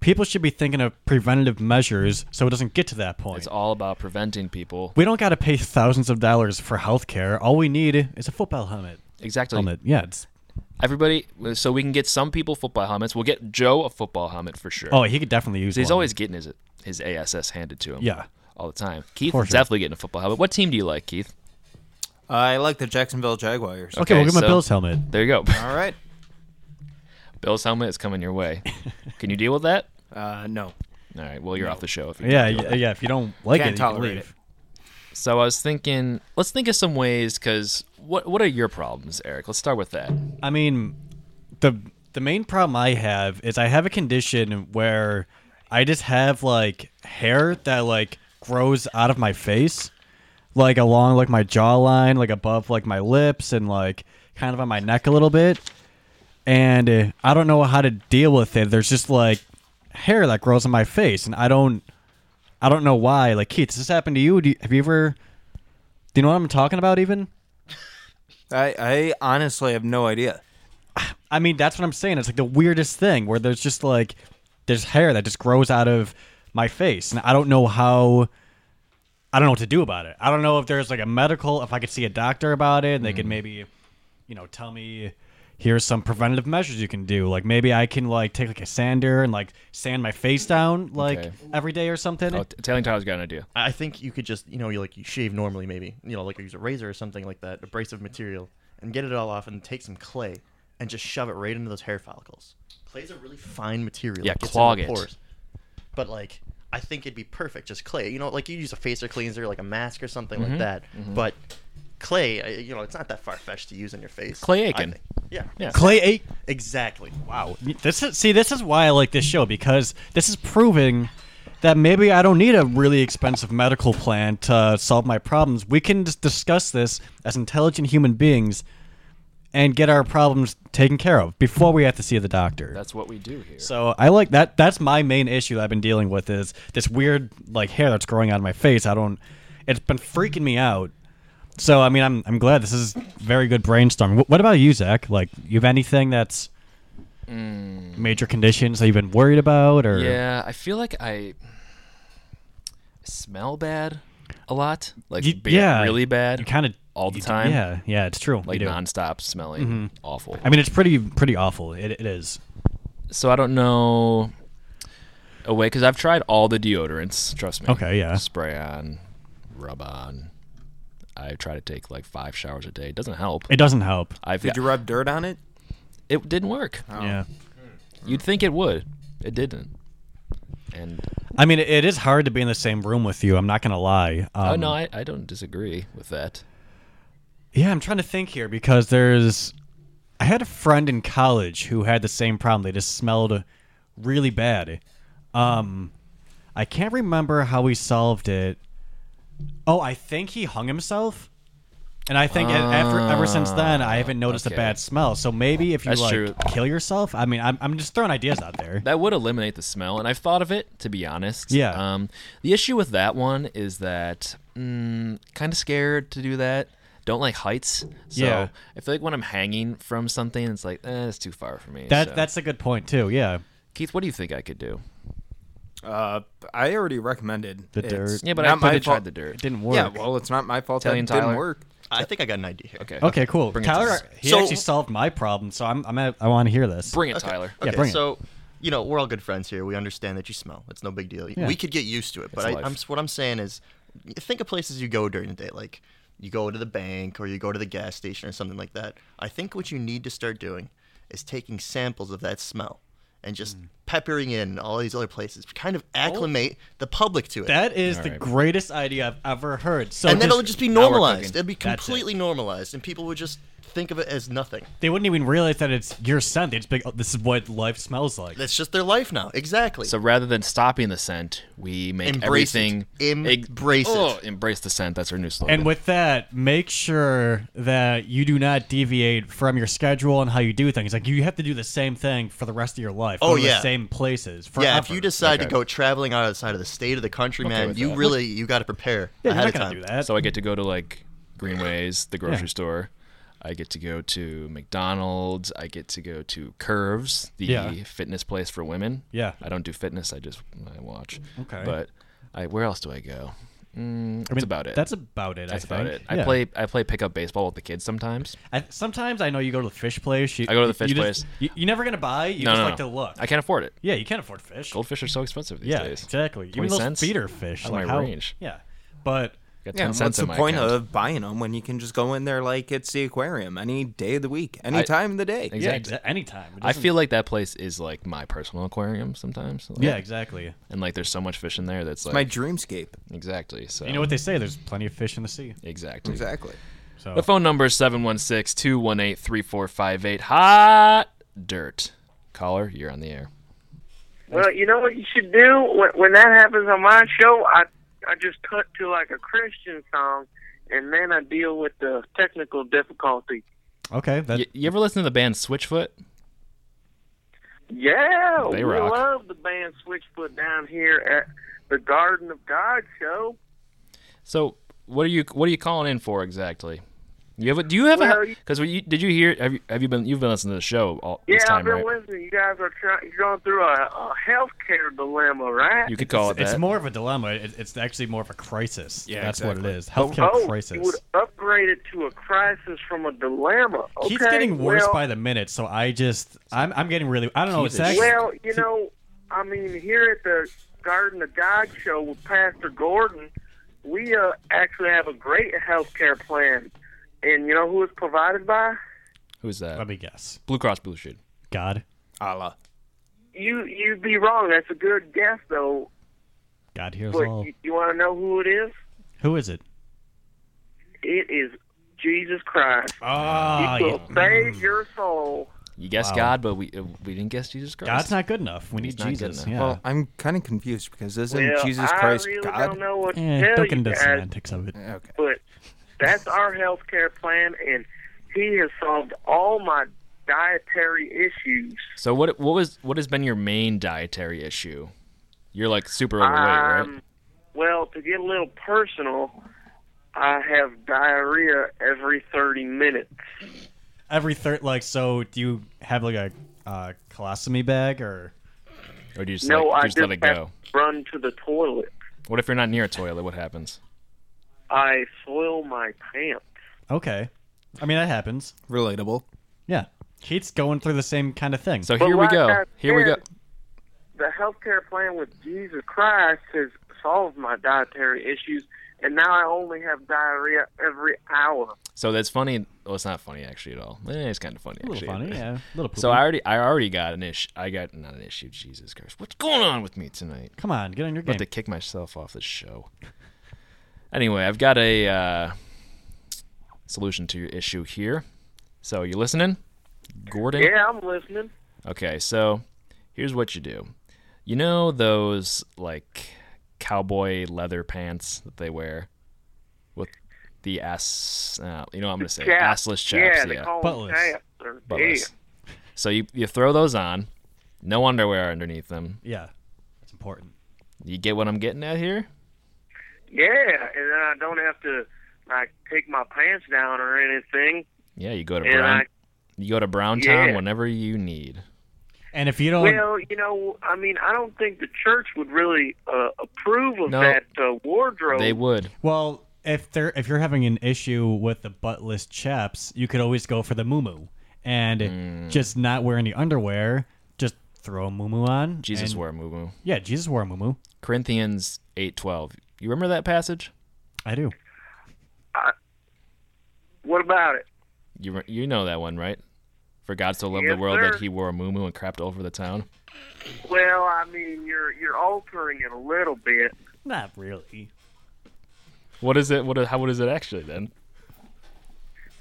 Speaker 3: People should be thinking of preventative measures so it doesn't get to that point.
Speaker 2: It's all about preventing people.
Speaker 3: we don't got to pay thousands of dollars for healthcare. All we need is a football helmet.
Speaker 2: Exactly.
Speaker 3: Helmet, yeah. It's,
Speaker 2: Everybody, so we can get some people football helmets. We'll get Joe a football helmet for sure.
Speaker 3: oh, he could definitely use.
Speaker 2: So he's
Speaker 3: one.
Speaker 2: always getting his his ASS handed to him. *laughs*
Speaker 3: Yeah.
Speaker 2: all the time. Keith
Speaker 3: For
Speaker 2: is
Speaker 3: sure.
Speaker 2: definitely getting a football helmet. What team do you like, Keith?
Speaker 4: I like the Jacksonville Jaguars.
Speaker 3: okay. we'll give him
Speaker 2: so-
Speaker 3: a Bills helmet.
Speaker 2: There you go. *laughs*
Speaker 4: All right.
Speaker 3: *laughs*
Speaker 2: Bill's helmet is coming your way. Can you deal with that?
Speaker 4: Uh, no.
Speaker 2: All right. Well, you're off the show if you
Speaker 3: Yeah,
Speaker 2: can't do
Speaker 3: yeah,
Speaker 2: that.
Speaker 3: yeah. If you don't like
Speaker 4: Can't
Speaker 3: it,
Speaker 4: tolerate
Speaker 3: you can leave.
Speaker 2: So I was thinking, let's think of some ways because what what are your problems, Eric? Let's start with that.
Speaker 3: I mean, the the main problem I have is I have a condition where I just have like hair that like grows out of my face, like along like my jawline, like above like my lips, and like kind of on my neck a little bit. And uh, I don't know how to deal with it. There's just like hair that grows on my face, and I don't, I don't know why. Like Keith, has this happened to you? Do you have you ever? Do you know what I'm talking about? Even
Speaker 4: I, I honestly have no idea.
Speaker 3: I mean, that's what I'm saying. It's like the weirdest thing where there's just like there's hair that just grows out of my face, and I don't know how. I don't know what to do about it. I don't know if there's like a medical, if I could see a doctor about it, and they could
Speaker 2: Mm-hmm.
Speaker 3: maybe, you know, tell me here's some preventative measures you can do. Like maybe I can like take like a sander and like sand my face down like
Speaker 2: Okay.
Speaker 3: every day or something.
Speaker 2: Oh, T- Tailing Tyler's got an idea.
Speaker 8: I think you could just, you know, you like you shave normally, maybe, you know, like use a razor or something like that, abrasive material, and get it all off, and take some clay and just shove it right into those hair follicles. Clay's a really fine material.
Speaker 2: Yeah,
Speaker 8: gets into
Speaker 2: clog
Speaker 8: the
Speaker 2: it.
Speaker 8: But like, I think it'd be perfect just clay. You know, like you use a facer cleanser, like a mask or something
Speaker 2: Mm-hmm.
Speaker 8: like that. But clay, I- you know, it's not that far fetched to use on your face.
Speaker 2: Clay
Speaker 8: I
Speaker 2: Aiken.
Speaker 8: think. Yeah.
Speaker 2: Yeah.
Speaker 3: Clay ate
Speaker 8: Exactly. Wow.
Speaker 3: This is see. This is why I like this show because this is proving that maybe I don't need a really expensive medical plan to solve my problems. We can just discuss this as intelligent human beings and get our problems taken care of before we have to see the doctor.
Speaker 2: That's what we do here.
Speaker 3: so I like that. That's my main issue that I've been dealing with is this weird like hair that's growing out of my face. I don't. It's been freaking me out. So I mean, I'm I'm glad this is very good brainstorming. Wh- what about you, Zach? Like, you have anything that's major conditions that you've been worried about, or
Speaker 2: Mm. yeah, I feel like I smell bad a lot. Like
Speaker 3: You-
Speaker 2: ba-
Speaker 3: yeah,
Speaker 2: really bad.
Speaker 3: you kind of
Speaker 2: all the time.
Speaker 3: Yeah, yeah, it's true.
Speaker 2: Like
Speaker 3: you do. Mm-hmm.
Speaker 2: nonstop smelling awful.
Speaker 3: I mean, it's pretty pretty awful. It, it is.
Speaker 2: so I don't know a way because I've tried all the deodorants. Trust me.
Speaker 3: Okay, yeah.
Speaker 2: Spray on, rub on. I try to take like five showers a day. It doesn't help.
Speaker 3: It doesn't help.
Speaker 2: I've
Speaker 4: Did
Speaker 2: got-
Speaker 4: you rub dirt on it?
Speaker 2: it didn't work.
Speaker 3: Yeah.
Speaker 2: You'd think it would. It didn't. And
Speaker 3: I mean, it, it is hard to be in the same room with you. I'm not gonna lie. Um,
Speaker 2: oh no, I, I don't disagree with that.
Speaker 3: Yeah, I'm trying to think here because there's. I had a friend in college who had the same problem. They just smelled really bad. Um, I can't remember how he solved it. Oh, I think he hung himself. And I think e- ever, ever since then, I haven't noticed
Speaker 2: Ah, okay.
Speaker 3: a bad smell. So maybe if you
Speaker 2: That's
Speaker 3: like
Speaker 2: true.
Speaker 3: kill yourself, I mean, I'm, I'm just throwing ideas out there.
Speaker 2: That would eliminate the smell, and I've thought of it to be honest.
Speaker 3: Yeah.
Speaker 2: Um, the issue with that one is that mm, kind of scared to do that. Don't like heights. So
Speaker 3: Yeah.
Speaker 2: I feel like when I'm hanging from something, it's like eh, it's too far for me.
Speaker 3: That
Speaker 2: so.
Speaker 3: that's a good point too. Yeah,
Speaker 2: Keith. What do you think I could do?
Speaker 4: Uh, I already recommended
Speaker 3: The dirt.
Speaker 2: Yeah, but
Speaker 4: not
Speaker 2: I
Speaker 4: my
Speaker 2: probably
Speaker 4: fault-
Speaker 2: tried the dirt.
Speaker 3: it didn't work.
Speaker 4: Yeah, well, it's not my fault. That
Speaker 2: Italian
Speaker 4: didn't
Speaker 2: Tyler.
Speaker 4: work.
Speaker 8: I think I got an idea here.
Speaker 2: Okay.
Speaker 3: okay, cool.
Speaker 2: Bring it to
Speaker 3: Tyler,
Speaker 2: s-
Speaker 3: he
Speaker 8: So-
Speaker 3: actually solved my problem, so I'm, I'm at, I want to hear this.
Speaker 2: Bring it, Tyler.
Speaker 3: Yeah,
Speaker 8: Okay,
Speaker 3: bring it.
Speaker 8: so you know we're all good friends here. We understand that you smell. It's no big deal. We could get used to it. But
Speaker 2: It's
Speaker 8: I,
Speaker 2: life.
Speaker 8: I'm s- what I'm saying is, think of places you go during the day, like you go to the bank or you go to the gas station or something like that. I think what you need to start doing is taking samples of that smell and
Speaker 3: Hmm.
Speaker 8: just peppering in all these other places, kind of acclimate the public to it.
Speaker 3: Oh. That is the
Speaker 2: right.
Speaker 3: greatest idea I've ever heard. So
Speaker 8: and then
Speaker 3: just-
Speaker 8: it'll just be
Speaker 2: we're
Speaker 8: normalized.
Speaker 2: cooking.
Speaker 8: It'll be
Speaker 3: That's it.
Speaker 8: completely normalized, and people would just think of it as nothing.
Speaker 3: they wouldn't even realize that it's your scent. They'd just be like, oh, this is what life smells like.
Speaker 8: That's just their life now. Exactly.
Speaker 2: So rather than stopping the scent, we make
Speaker 8: Embrace it.
Speaker 2: everything
Speaker 8: Embrace it.
Speaker 2: Oh, embrace the scent. That's our new slogan.
Speaker 3: and with that, make sure that you do not deviate from your schedule and how you do things. Like you have to do the same thing for the rest of your life.
Speaker 8: Oh,
Speaker 3: go to
Speaker 8: yeah.
Speaker 3: the same places. Forever.
Speaker 8: Yeah, if you decide
Speaker 2: Okay.
Speaker 8: to go traveling outside of the state of the country, man,
Speaker 2: with
Speaker 8: you
Speaker 2: that.
Speaker 8: really you got to prepare
Speaker 3: yeah, you're
Speaker 8: ahead
Speaker 3: not
Speaker 8: of
Speaker 3: gonna
Speaker 8: time.
Speaker 3: do that.
Speaker 2: so I get to go to like Greenways, the grocery store. I get to go to McDonald's. I get to go to Curves, the
Speaker 3: Yeah.
Speaker 2: fitness place for women.
Speaker 3: Yeah.
Speaker 2: I don't do fitness. I just I watch.
Speaker 3: Okay.
Speaker 2: But I where else do I go? Mm, that's
Speaker 3: I mean,
Speaker 2: about it.
Speaker 3: That's about it.
Speaker 2: That's
Speaker 3: I
Speaker 2: about
Speaker 3: think.
Speaker 2: it. I
Speaker 3: Yeah.
Speaker 2: play I play pickup baseball with the kids sometimes.
Speaker 3: I, sometimes I know you go to the fish place. You,
Speaker 2: I go to the fish
Speaker 3: you just-
Speaker 2: place.
Speaker 3: You, you're never gonna buy. You
Speaker 2: no,
Speaker 3: just
Speaker 2: no,
Speaker 3: like
Speaker 2: no.
Speaker 3: to look.
Speaker 2: I can't afford it.
Speaker 3: yeah, you can't afford fish.
Speaker 2: Goldfish are so expensive these
Speaker 3: yeah,
Speaker 2: days.
Speaker 3: exactly. Even
Speaker 2: 20
Speaker 3: those
Speaker 2: cents?
Speaker 3: feeder fish.
Speaker 2: Out of
Speaker 3: like
Speaker 2: my
Speaker 3: how,
Speaker 2: range.
Speaker 3: Yeah, but
Speaker 2: got
Speaker 4: Yeah,
Speaker 2: ten
Speaker 4: and
Speaker 2: cents
Speaker 4: what's
Speaker 2: in
Speaker 4: the
Speaker 2: my
Speaker 4: point
Speaker 2: account.
Speaker 4: of buying them when you can just go in there like it's the aquarium any day of the week, any
Speaker 2: I-
Speaker 4: time of the day?
Speaker 2: Exactly.
Speaker 3: Yeah, exa- anytime. It
Speaker 2: I
Speaker 3: doesn't-
Speaker 2: feel like that place is like my personal aquarium sometimes. Like,
Speaker 3: Yeah, exactly.
Speaker 2: and like there's so much fish in there that's like
Speaker 4: My dreamscape.
Speaker 2: exactly. So
Speaker 3: You know what they say? There's plenty of fish in the sea.
Speaker 2: Exactly.
Speaker 4: Exactly.
Speaker 3: So
Speaker 2: The phone number is 716-218-3458. Hot dirt. Caller, you're on the air.
Speaker 9: Well, you know what you should do when, when that happens on my show. I I just cut to like a Christian song, and then I deal with the technical difficulty.
Speaker 3: okay, that,
Speaker 2: You, you ever listen to the band Switchfoot?
Speaker 9: Yeah,
Speaker 2: They
Speaker 9: we
Speaker 2: rock.
Speaker 9: love the band Switchfoot down here at the Garden of God show.
Speaker 2: So what are you what are you calling in for exactly? You have a, do you have
Speaker 9: Well,
Speaker 2: a because you, did you hear have you, have you been you've been listening to the show all
Speaker 9: Yeah,
Speaker 2: this
Speaker 9: I've
Speaker 2: time
Speaker 9: been
Speaker 2: right?
Speaker 9: listening. You guys are trying. You're going through a, a healthcare dilemma, right?
Speaker 2: You could call it
Speaker 3: it's
Speaker 2: that.
Speaker 3: more of a dilemma. It, it's actually more of a crisis.
Speaker 4: Yeah,
Speaker 3: that's what
Speaker 4: exactly.
Speaker 3: it is. Healthcare
Speaker 9: oh,
Speaker 3: crisis.
Speaker 9: you would upgrade it to a crisis from a dilemma. Okay,
Speaker 3: Keeps getting worse
Speaker 9: well,
Speaker 3: by the minute, so I just I'm I'm getting really I don't know. It's actually
Speaker 9: Well, you know, I mean, here at the Garden of God show with Pastor Gordon, we uh, actually have a great health care plan. And you know who it's provided by?
Speaker 2: Who's that?
Speaker 3: let me guess.
Speaker 2: Blue Cross Blue Shield.
Speaker 3: God,
Speaker 4: Allah.
Speaker 9: You, you'd be wrong. That's a good guess, though.
Speaker 3: God hears
Speaker 9: But
Speaker 3: all.
Speaker 9: you, you want to know who it is?
Speaker 3: Who is it?
Speaker 9: It is Jesus Christ.
Speaker 4: Ah,
Speaker 3: Oh,
Speaker 9: he will
Speaker 4: Mm.
Speaker 9: save your soul.
Speaker 2: You guessed
Speaker 3: Wow.
Speaker 2: God, but we uh, we didn't guess Jesus Christ.
Speaker 3: God's not good enough. We need
Speaker 2: not good
Speaker 3: Jesus.
Speaker 2: enough.
Speaker 3: Yeah.
Speaker 4: Well, I'm kind of confused because isn't
Speaker 9: Well,
Speaker 4: Jesus Christ
Speaker 9: I really
Speaker 4: God?
Speaker 9: don't know what to
Speaker 3: Eh,
Speaker 9: tell
Speaker 3: don't
Speaker 9: you
Speaker 3: get into the
Speaker 9: guys.
Speaker 3: semantics of it.
Speaker 4: Okay.
Speaker 9: but that's our health care plan, and he has solved all my dietary issues.
Speaker 2: So what what was what has been your main dietary issue? You're like super overweight, right?
Speaker 9: Um, Well, to get a little personal, I have diarrhea every 30 minutes.
Speaker 3: Every third, like, so do you have like a uh, colostomy bag or?
Speaker 2: Or do you just,
Speaker 9: no,
Speaker 2: like,
Speaker 9: I
Speaker 2: you just let it
Speaker 9: have
Speaker 2: go?
Speaker 9: to run to the toilet.
Speaker 2: What if you're not near a toilet? What happens?
Speaker 9: I soil my pants.
Speaker 3: Okay, I mean that happens.
Speaker 4: Relatable.
Speaker 3: Yeah, Keith's going through the same kind of thing.
Speaker 2: So
Speaker 9: But
Speaker 2: here we
Speaker 9: like
Speaker 2: go.
Speaker 9: I
Speaker 2: Here we go.
Speaker 9: said, The healthcare plan with Jesus Christ has solved my dietary issues, and now I only have diarrhea every hour.
Speaker 2: So that's funny. Well, it's not funny actually at all. Eh, It's kind of funny.
Speaker 3: a little
Speaker 2: actually.
Speaker 3: funny, yeah, a little.
Speaker 2: So
Speaker 3: poopy.
Speaker 2: I already, I already got an issue. I got not an issue. Jesus Christ, what's going on with me tonight?
Speaker 3: come on, get on your
Speaker 2: I'm
Speaker 3: game.
Speaker 2: about to kick myself off the show. Anyway, I've got a uh, solution to your issue here. So you listening, Gordon?
Speaker 9: Yeah, I'm listening.
Speaker 2: Okay, so here's what you do. You know those like cowboy leather pants that they wear with the ass. Uh, you know what I'm gonna say
Speaker 9: Chaps.
Speaker 2: assless chaps.
Speaker 9: yeah, they call them
Speaker 3: Buttless.
Speaker 9: chaps. They're-
Speaker 2: Buttless. So you you throw those on, no underwear underneath them.
Speaker 3: yeah, that's important.
Speaker 2: You get what I'm getting at here?
Speaker 9: Yeah, yeah, and then I don't have to like take my pants down or anything.
Speaker 2: Yeah, you go to
Speaker 9: And
Speaker 2: Brown.
Speaker 9: I-
Speaker 2: you go to Browntown
Speaker 9: Yeah.
Speaker 2: whenever you need.
Speaker 3: And if you
Speaker 2: Um,
Speaker 3: don't,
Speaker 9: Well, you know, I mean, I don't think the church would really uh, approve of
Speaker 2: No.
Speaker 9: that uh, wardrobe.
Speaker 2: They would.
Speaker 3: Well, if they're if you're having an issue with the buttless chaps, you could always go for the muumuu and
Speaker 2: Mm.
Speaker 3: just not wear any underwear. Just throw a muumuu on.
Speaker 2: Jesus
Speaker 3: and-
Speaker 2: wore a muumuu.
Speaker 3: Yeah, Jesus wore a muumuu.
Speaker 2: Corinthians eight twelve. You remember that passage?
Speaker 3: I do.
Speaker 9: What about it?
Speaker 2: You re- you know that one, right? For God so loved
Speaker 9: Yes,
Speaker 2: the world
Speaker 9: sir.
Speaker 2: that he wore a muumuu and crapped over the town.
Speaker 9: Well, I mean, you're you're altering it a little bit.
Speaker 3: Not really.
Speaker 2: What is it? What is, how what is it actually then?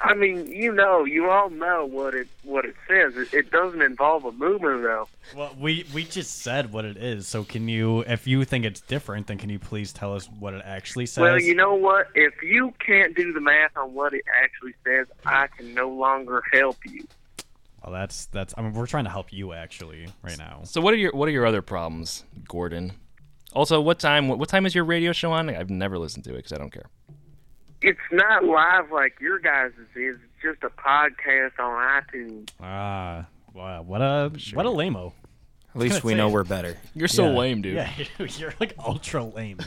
Speaker 9: I mean, you know, you all know what it what it says. It, it doesn't involve a movement, though.
Speaker 3: Well, we we just said what it is. So can you, if you think it's different, then can you please tell us what it actually says?
Speaker 9: Well, you know what? If you can't do the math on what it actually says, I can no longer help you.
Speaker 3: Well, that's that's. I mean, we're trying to help you actually right now.
Speaker 2: So what are your what are your other problems, Gordon? Also, what time what, what time is your radio show on? I've never listened to it because I don't care.
Speaker 9: It's not live like your guys' is. It's just a podcast on iTunes.
Speaker 3: Ah, wow. What a what a lameo.
Speaker 4: At least we
Speaker 3: say
Speaker 4: know
Speaker 3: it.
Speaker 4: we're better.
Speaker 2: You're so
Speaker 3: Yeah.
Speaker 2: lame, dude.
Speaker 3: Yeah, *laughs* you're like ultra lame.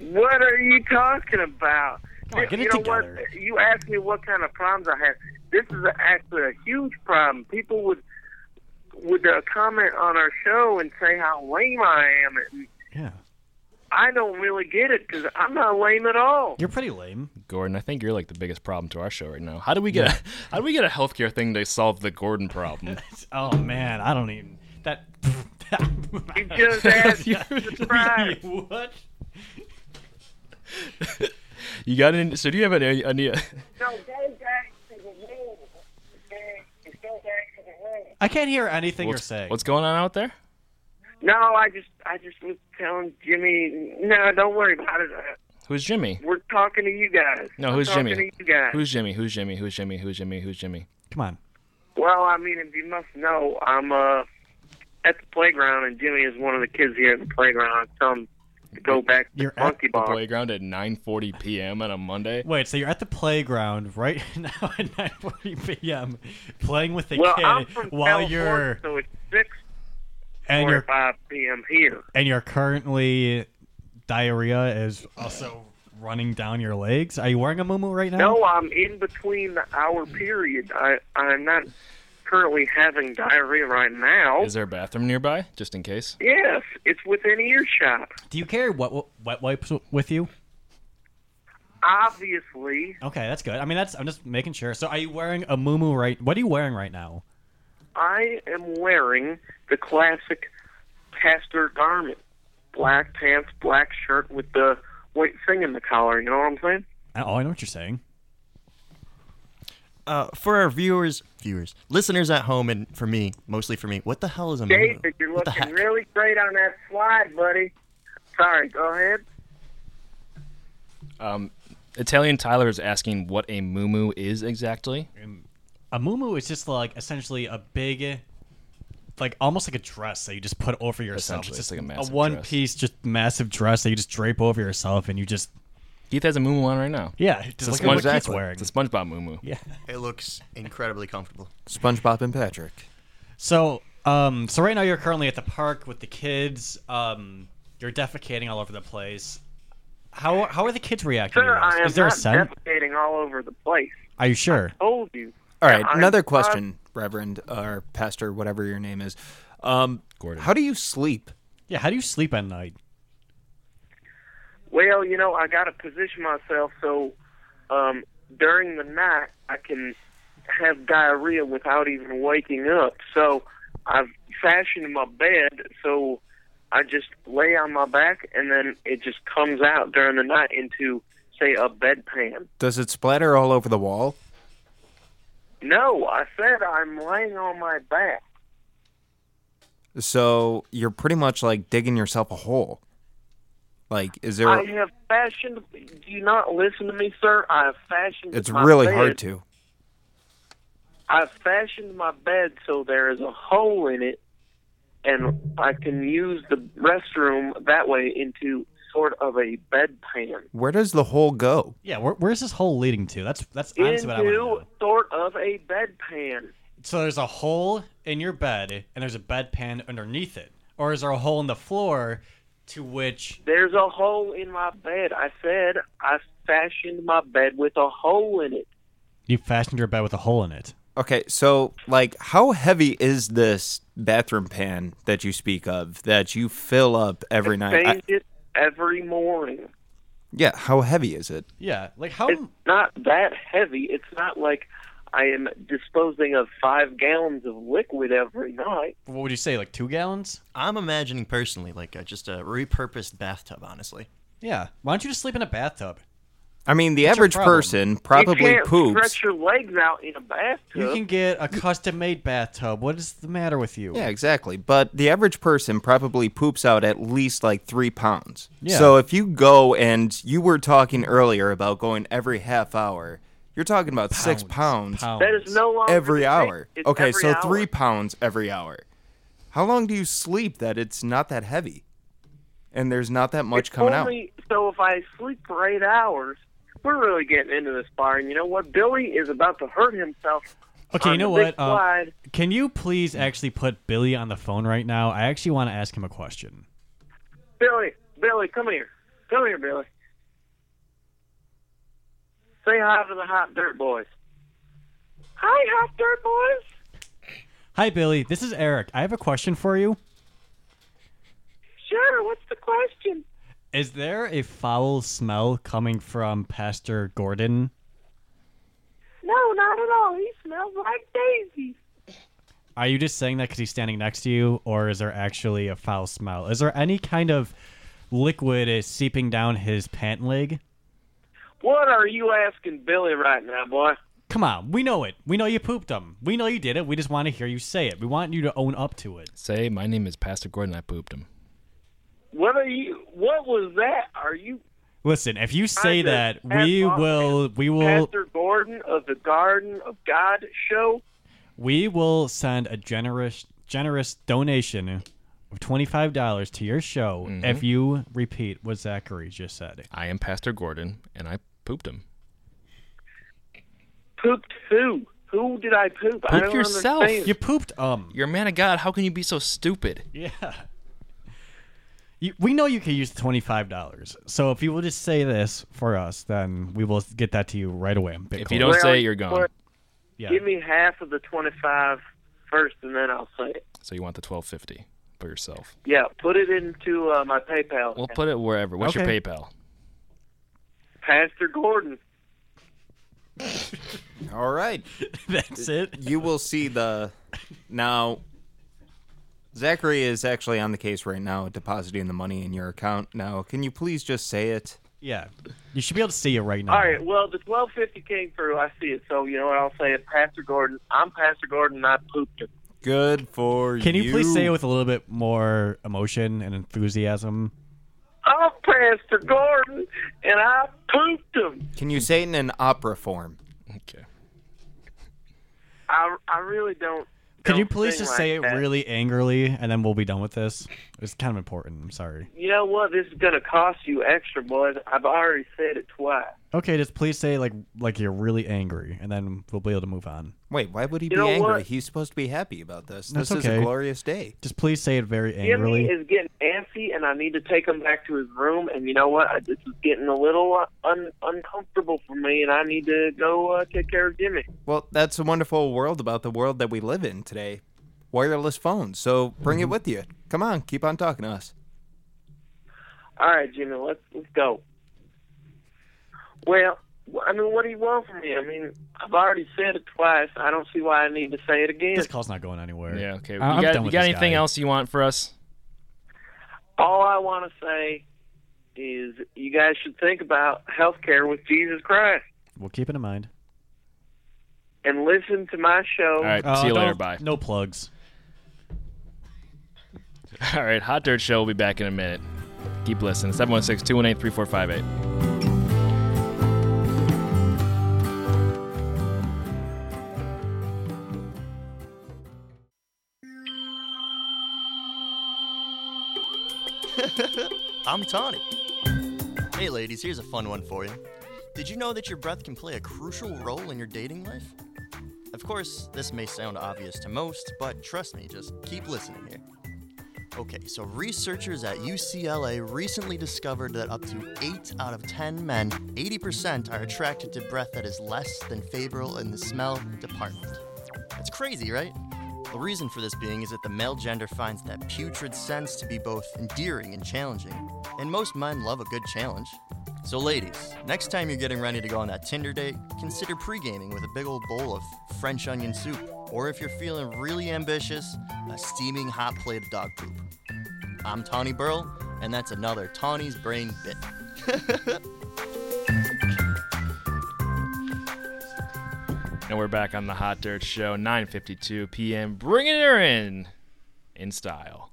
Speaker 9: What are you talking about?
Speaker 3: Come on, get
Speaker 9: you
Speaker 3: it
Speaker 9: know
Speaker 3: together.
Speaker 9: what? You asked me what kind of problems I have. This is actually a huge problem. People would would uh, comment on our show and say how lame I am. And
Speaker 3: Yeah.
Speaker 9: I don't really get it because I'm not lame at all.
Speaker 3: You're pretty lame.
Speaker 2: Gordon, I think you're like the biggest problem to our show right now. How do we get a, how do we get a healthcare thing to solve the Gordon
Speaker 3: *laughs*
Speaker 2: problem?
Speaker 3: Oh man, I don't even that. *laughs*
Speaker 9: You just asked surprise.
Speaker 3: *laughs* what?
Speaker 2: you got any? So do you have any? any uh,
Speaker 9: No, go back to the room. Okay? Just Go back to the room.
Speaker 3: I can't hear anything
Speaker 2: what's,
Speaker 3: you're saying.
Speaker 2: what's going on out there?
Speaker 9: No, I just, I just was telling Jimmy. No, don't worry about it. Uh,
Speaker 2: Who's Jimmy?
Speaker 9: We're talking to you guys.
Speaker 2: No,
Speaker 9: We're
Speaker 2: who's
Speaker 9: talking
Speaker 2: Jimmy?
Speaker 9: To you guys.
Speaker 2: Who's Jimmy? Who's Jimmy? Who's Jimmy? Who's Jimmy? Who's Jimmy?
Speaker 3: Come on.
Speaker 9: Well, I mean, if you must know, I'm uh at the playground, and Jimmy is one of the kids here at the playground. I tell him to go back to
Speaker 3: You're
Speaker 9: the
Speaker 3: at
Speaker 9: monkey bar.
Speaker 2: Playground at 9:40 p.m. on a Monday.
Speaker 3: Wait, so you're at the playground right *laughs* now at 9:40 p.m. playing with the
Speaker 9: well,
Speaker 3: kid
Speaker 9: I'm from
Speaker 3: while
Speaker 9: California,
Speaker 3: you're
Speaker 9: so it's six
Speaker 3: and you're
Speaker 9: forty-five p.m. here.
Speaker 3: and you're currently diarrhea is also running down your legs. Are you wearing a muumuu right now?
Speaker 9: No, I'm in between the hour period. I I'm not currently having diarrhea right now.
Speaker 2: Is there a bathroom nearby, just in case?
Speaker 9: yes, it's within earshot.
Speaker 3: Do you carry wet wet wipes w- with you?
Speaker 9: Obviously,
Speaker 3: Okay, that's good. I mean, that's I'm just making sure. So, are you wearing a muumuu right? What are you wearing right now?
Speaker 9: I am wearing the classic pastor garment. Black pants, black shirt with the white thing in the collar, you know what I'm saying?
Speaker 3: I- Oh, I know what you're saying.
Speaker 8: Uh, for our viewers, viewers, listeners at home, and for me, mostly for me, what the hell is a muumuu?
Speaker 9: David, you're
Speaker 8: What the
Speaker 9: looking
Speaker 8: heck?
Speaker 9: really great on that slide, buddy. Sorry, go ahead.
Speaker 2: Italian Tyler is asking what a muumuu is exactly.
Speaker 3: A muumuu is just like essentially a big, like almost like a dress that you just put over yourself.
Speaker 2: Essentially, it's
Speaker 3: just
Speaker 2: like a massive
Speaker 3: one
Speaker 2: dress.
Speaker 3: piece, just massive dress that you just drape over yourself, and you just
Speaker 2: Keith has a muumuu on right now.
Speaker 3: yeah, just
Speaker 2: a
Speaker 3: like what Keith's
Speaker 4: exactly.
Speaker 3: wearing.
Speaker 2: It's a SpongeBob muumuu.
Speaker 3: Yeah.
Speaker 8: It looks incredibly comfortable.
Speaker 4: SpongeBob and Patrick.
Speaker 3: So, um, so right now you're currently at the park with the kids. Um, you're defecating all over the place. How how are the kids reacting? to
Speaker 9: Sir,
Speaker 3: this?
Speaker 9: I am
Speaker 3: is there a
Speaker 9: not
Speaker 3: scent?
Speaker 9: defecating all over the place.
Speaker 3: are you sure?
Speaker 9: Told you.
Speaker 4: All right,
Speaker 9: I'm- uh,
Speaker 4: another question, Reverend or Pastor, whatever your name is. Um,
Speaker 2: Gordon.
Speaker 4: How do you sleep?
Speaker 3: Yeah. How do you sleep at night?
Speaker 9: Well, you know, I got to position myself so um, during the night I can have diarrhea without even waking up. So I've fashioned my bed so I just lay on my back and then it just comes out during the night into, say, a bedpan.
Speaker 4: Does it splatter all over the wall?
Speaker 9: No, I said I'm laying on my back.
Speaker 4: So you're pretty much like digging yourself a hole. Like, is there?
Speaker 9: I have fashioned. Do you not listen to me, sir? I have fashioned.
Speaker 4: it's
Speaker 9: my
Speaker 4: really
Speaker 9: bed.
Speaker 4: hard to.
Speaker 9: I fashioned my bed so there is a hole in it, and I can use the restroom that way into sort of a bedpan.
Speaker 4: Where does the hole go?
Speaker 3: Yeah. Where, where's this hole leading to? That's that's honestly what I want to know.
Speaker 9: Into sort of a bedpan.
Speaker 3: So there's a hole in your bed, and there's a bedpan underneath it, or is there a hole in the floor to which?
Speaker 9: There's a hole in my bed. I said I fashioned my bed with a hole in it.
Speaker 3: You fastened your bed with a hole in it.
Speaker 4: Okay, so like, how heavy is this bathroom pan that you speak of that you fill up every night? I-
Speaker 9: Change it every morning.
Speaker 4: yeah, how heavy is it?
Speaker 3: Yeah, like how?
Speaker 9: it's not that heavy. It's not like I am disposing of five gallons of liquid every night.
Speaker 3: What would you say? Like two gallons?
Speaker 8: I'm imagining personally, like uh, just a repurposed bathtub. Honestly,
Speaker 3: Yeah. Why don't you just sleep in a bathtub?
Speaker 4: I mean, the average
Speaker 3: problem?
Speaker 4: person
Speaker 9: you
Speaker 4: probably
Speaker 9: can't
Speaker 4: poops.
Speaker 9: Stretch your legs out in a bathtub.
Speaker 3: You can get a custom-made bathtub. What is the matter with you?
Speaker 4: Yeah, exactly. But the average person probably poops out at least like three pounds.
Speaker 3: Yeah.
Speaker 4: So if you go and you were talking earlier about going every half hour, you're talking about six pounds,
Speaker 9: that is no longer
Speaker 4: every
Speaker 9: the
Speaker 4: hour.
Speaker 9: Case. It's
Speaker 4: okay,
Speaker 9: every
Speaker 4: so
Speaker 9: hour.
Speaker 4: three pounds every hour. How long do you sleep that it's not that heavy? And there's not that much
Speaker 9: It's
Speaker 4: coming out.
Speaker 9: only, So if I sleep for eight hours, we're really getting into this bar. And you know what? Billy is about to hurt himself.
Speaker 3: Okay, you
Speaker 9: on
Speaker 3: know
Speaker 9: the big
Speaker 3: what? Uh,
Speaker 9: slide.
Speaker 3: can you please actually put Billy on the phone right now? I actually want to ask him a question.
Speaker 9: Billy, Billy, come here, come here, Billy. Say hi to the hot dirt boys. Hi, hot dirt boys.
Speaker 3: Hi, Billy. This is Eric. I have a question for you.
Speaker 9: Sure, what's the question?
Speaker 3: Is there a foul smell coming from Pastor Gordon?
Speaker 10: No, not at all. He smells like Daisy.
Speaker 3: Are you just saying that because he's standing next to you, or is there actually a foul smell? Is there any kind of liquid is seeping down his pant leg?
Speaker 9: What are you asking Billy right now, boy?
Speaker 3: Come on, we know it. We know you pooped him. We know you did it. We just want to hear you say it. We want you to own up to it.
Speaker 2: Say, my name is Pastor Gordon. I pooped him.
Speaker 9: What are you? What was that? Are you
Speaker 3: Listen, if you say
Speaker 9: I'm
Speaker 3: that,
Speaker 9: just as
Speaker 3: we
Speaker 9: long
Speaker 3: will, we will,
Speaker 9: Pastor Gordon of the Garden of God show?
Speaker 3: we will send a generous, generous donation of twenty-five dollars to your show if you repeat what Zachary just said.
Speaker 2: I am Pastor Gordon, and I pooped him.
Speaker 9: Pooped who? Who did I poop? I
Speaker 2: Poop
Speaker 9: don't
Speaker 2: yourself.
Speaker 9: Understand.
Speaker 3: You pooped um.
Speaker 2: You're a man of God. How can you be so stupid?
Speaker 3: Yeah. You, we know you can use twenty-five dollars. So if you will just say this for us, then we will get that to you right away. on
Speaker 2: If
Speaker 3: Bitcoin.
Speaker 2: you don't
Speaker 9: Well,
Speaker 2: say, you're
Speaker 9: well,
Speaker 2: gone.
Speaker 3: yeah.
Speaker 9: Give me half of the twenty-five first, and then I'll say it.
Speaker 2: So you want the 1250 for yourself.
Speaker 9: Yeah, put it into uh, my PayPal.
Speaker 2: We'll put it wherever. What's
Speaker 3: Okay.
Speaker 2: your PayPal?
Speaker 9: Pastor Gordon.
Speaker 4: All right.
Speaker 3: *laughs* that's it.
Speaker 4: You will see the. Now, Zachary is actually on the case right now, depositing the money in your account. Now, can you please just say it?
Speaker 3: Yeah, you should be able to see it right now.
Speaker 9: All right. Well, the twelve fifty came through. I see it. So you know what? I'll say it. Pastor Gordon. I'm Pastor Gordon. and I pooped him.
Speaker 4: Good for
Speaker 3: Can you,
Speaker 4: you
Speaker 3: please say it with a little bit more emotion and enthusiasm?
Speaker 9: I'm Pastor Gordon, and I pooped him.
Speaker 4: Can you say it in an opera form?
Speaker 2: Okay.
Speaker 9: I, I really don't.
Speaker 3: Can you
Speaker 9: don't
Speaker 3: please
Speaker 9: sing
Speaker 3: just
Speaker 9: like
Speaker 3: say it
Speaker 9: that.
Speaker 3: really angrily, and then we'll be done with this? It's kind of important. I'm sorry.
Speaker 9: You know what? This is gonna cost you extra, boys. I've already said it twice.
Speaker 3: Okay, just please say it like like you're really angry, and then we'll be able to move on.
Speaker 4: Wait, why would he
Speaker 9: You
Speaker 4: be
Speaker 9: know
Speaker 4: angry?
Speaker 9: what?
Speaker 4: He's supposed to be happy about this.
Speaker 3: That's
Speaker 4: this is
Speaker 3: okay.
Speaker 4: a glorious day.
Speaker 3: Just please say it very
Speaker 9: Jimmy
Speaker 3: angrily.
Speaker 9: is getting antsy, and I need to take him back to his room. And you know what? I, this is getting a little uh, un, uncomfortable for me, and I need to go uh, take care of Jimmy.
Speaker 4: Well, that's the wonderful world about the world that we live in today. Wireless phones. So bring
Speaker 3: Mm-hmm.
Speaker 4: it with you. Come on, keep on talking to us.
Speaker 9: All right, Jimmy, let's let's go. Well, wh- I mean, what do you want from me? I mean, I've already said it twice. I don't see why I need to say it again.
Speaker 3: This call's not going anywhere.
Speaker 2: Yeah, okay. You
Speaker 3: I- Uh, I'm
Speaker 2: got,
Speaker 3: done
Speaker 2: you
Speaker 3: with
Speaker 2: got
Speaker 3: this
Speaker 2: anything
Speaker 3: guy.
Speaker 2: else you want for us?
Speaker 9: All I want to say is you guys should think about healthcare with Jesus Christ
Speaker 3: We'll keep it in mind.
Speaker 9: and listen to my show.
Speaker 2: All right.
Speaker 3: Uh,
Speaker 2: see you later.
Speaker 3: don't-
Speaker 2: Bye.
Speaker 3: No plugs.
Speaker 2: *laughs* All right. Hot Dirt Show will be back in a minute. Keep listening. 716 218 3458.
Speaker 8: I'm Tawny. Hey, ladies, here's a fun one for you. Did you know that your breath can play a crucial role in your dating life? Of course, this may sound obvious to most, but trust me, just keep listening here. Okay, so researchers at UCLA recently discovered that up to 8 out of 10 men, 80%, are attracted to breath that is less than favorable in the smell department. That's crazy, right? The reason for this being is that the male gender finds that putrid sense to be both endearing and challenging, and most men love a good challenge. So, ladies, next time you're getting ready to go on that Tinder date, consider pre gaming with a big old bowl of French onion soup, or if you're feeling really ambitious, a steaming hot plate of dog poop. I'm Tawny Burl, and that's another Tawny's Brain Bit.
Speaker 2: And we're back on the Hot Dirt Show, 9:52 p.m. Bringing her in, in style.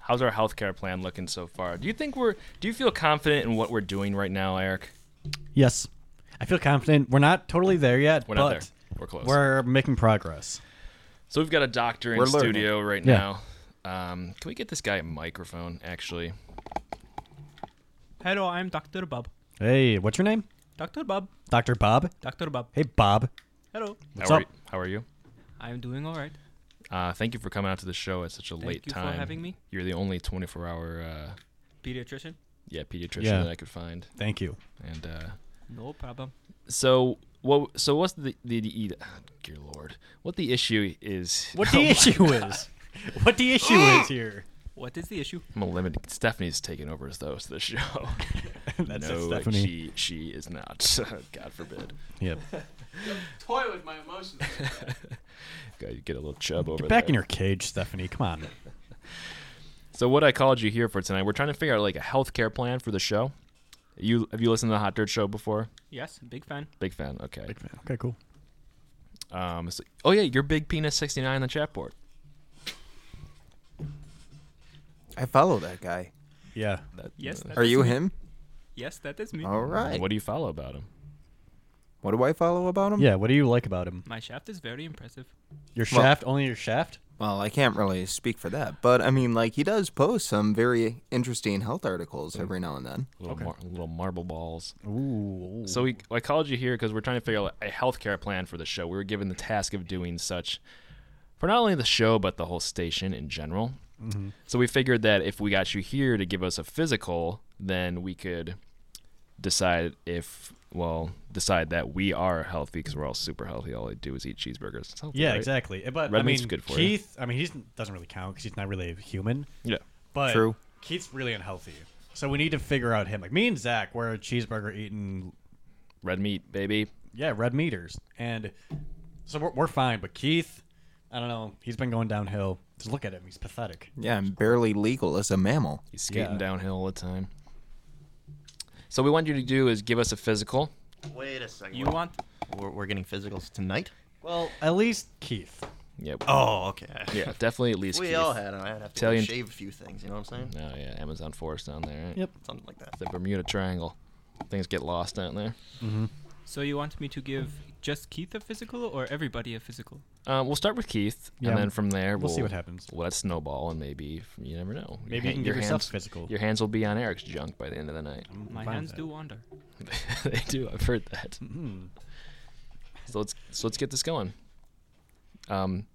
Speaker 2: How's our healthcare plan looking so far? Do you think we're? Do you feel confident in what we're doing right now, Eric?
Speaker 3: Yes, I feel confident. We're not totally there yet,
Speaker 2: We're
Speaker 3: but
Speaker 2: not there. We're close.
Speaker 3: we're making progress.
Speaker 2: so we've got a doctor in
Speaker 4: We're learning.
Speaker 2: studio right
Speaker 3: Yeah.
Speaker 2: now. Um, can we get this guy a microphone? Actually,
Speaker 11: Hello, I'm Dr. Bob.
Speaker 3: Hey, what's your name?
Speaker 11: Dr. Bob.
Speaker 3: Doctor Bob.
Speaker 11: Dr. Bob.
Speaker 3: Hey, Bob.
Speaker 11: Hello.
Speaker 3: What's
Speaker 2: how
Speaker 3: up?
Speaker 2: are you? How are you?
Speaker 11: I'm doing all right.
Speaker 2: Uh, thank you for coming out to the show at such a late
Speaker 11: you for
Speaker 2: time.
Speaker 11: having me.
Speaker 2: You're the only 24-hour, uh,
Speaker 11: Pediatrician?
Speaker 2: yeah, pediatrician
Speaker 3: Yeah.
Speaker 2: that I could find.
Speaker 3: Thank you.
Speaker 2: And uh,
Speaker 11: No problem.
Speaker 2: so what? So what's the the, the e, ah, dear lord? What the issue is? *laughs* Oh,
Speaker 3: *laughs* *gasps* What the issue is? What the issue is here? *laughs*
Speaker 11: What is the issue?
Speaker 2: I'm eliminating. Stephanie's taking over as the host of the show.
Speaker 3: *laughs*
Speaker 2: *laughs*
Speaker 3: That's it,
Speaker 2: no,
Speaker 3: Stephanie.
Speaker 2: She, she is not. *laughs* God forbid.
Speaker 3: Yep.
Speaker 5: *laughs* toy with my emotions.
Speaker 2: *laughs* Gotta get a little chub over
Speaker 3: Get back
Speaker 2: there.
Speaker 3: in your cage, Stephanie. Come on.
Speaker 2: So what I called you here for tonight, we're trying to figure out like a healthcare plan for the show. You have you listened to the Hot Dirt Show before?
Speaker 11: Yes, big fan.
Speaker 2: Big fan. Okay. Big
Speaker 3: fan. Okay, cool.
Speaker 2: Um. so- oh yeah, your big penis sixty nine in the chat board.
Speaker 4: I follow that guy.
Speaker 3: Yeah.
Speaker 11: Yes, that
Speaker 4: Are
Speaker 11: is
Speaker 4: you
Speaker 11: me.
Speaker 4: him?
Speaker 11: Yes, that is me.
Speaker 4: All right.
Speaker 2: What do you follow about him?
Speaker 4: What do I follow about him?
Speaker 3: Yeah. What do you like about him?
Speaker 11: My shaft is very impressive.
Speaker 3: Your
Speaker 4: Well-
Speaker 3: shaft? only your shaft?
Speaker 4: Well, I can't really speak for that, but I mean, like he does post some very interesting health articles every now and then.
Speaker 2: A little, mar- little marble balls.
Speaker 3: Ooh.
Speaker 2: So we, I called you here because we're trying to figure out a healthcare plan for the show. We were given the task of doing such for not only the show but the whole station in general.
Speaker 3: Mm-hmm.
Speaker 12: Mhm.
Speaker 2: So we figured that if we got you here to give us a physical, then we could decide if well decide that we are healthy because we're all super healthy. All we do is eat cheeseburgers. It's healthy,
Speaker 3: Yeah,
Speaker 2: right?
Speaker 3: exactly. Uh, But
Speaker 2: Red
Speaker 3: I
Speaker 2: meat's
Speaker 3: mean,
Speaker 2: good for you.
Speaker 3: Keith. I mean, he doesn't really count because he's not really a human.
Speaker 2: Yeah.
Speaker 3: But
Speaker 2: True.
Speaker 3: Keith's really unhealthy, so we need to figure out him. Like me and Zach, we're a cheeseburger eating.
Speaker 2: Red meat, baby.
Speaker 3: Yeah, red meaters, and so we're, we're fine. But Keith, I don't know. He's been going downhill. Just look at him. He's pathetic.
Speaker 4: Yeah, I'm barely legal as a mammal.
Speaker 2: He's skating
Speaker 3: Yeah.
Speaker 2: downhill all the time. So what we want you to do is give us a physical.
Speaker 8: Wait a second.
Speaker 11: You want?
Speaker 8: We're, we're getting physicals tonight.
Speaker 3: Well, at least Keith.
Speaker 2: Yep.
Speaker 8: Oh, okay.
Speaker 2: Yeah, definitely at least
Speaker 8: *laughs* we
Speaker 2: Keith.
Speaker 8: all had them. I had to
Speaker 2: Tell you-
Speaker 8: shave a few things. You know what I'm saying?
Speaker 2: Oh yeah, Amazon forest down there. Right?
Speaker 3: Yep.
Speaker 8: Something like that.
Speaker 2: The Bermuda Triangle. Things get lost down there.
Speaker 11: So you want me to give just Keith a physical or everybody a physical?
Speaker 2: Um, we'll start with Keith,
Speaker 3: Yeah.
Speaker 2: and then from there
Speaker 3: We'll
Speaker 2: we'll,
Speaker 3: see what happens.
Speaker 2: We'll let it snowball, and maybe you never know. Your
Speaker 3: Maybe you
Speaker 2: ha-
Speaker 3: can give
Speaker 2: your
Speaker 3: yourself
Speaker 2: hands,
Speaker 3: physical. Mm.
Speaker 2: Your hands will be on Eric's junk by the end of the night.
Speaker 11: My
Speaker 3: Fine
Speaker 11: hands
Speaker 3: with
Speaker 11: do wander.
Speaker 2: *laughs* they do. I've heard that.
Speaker 3: Mm.
Speaker 2: So let's so let's get this going. Um,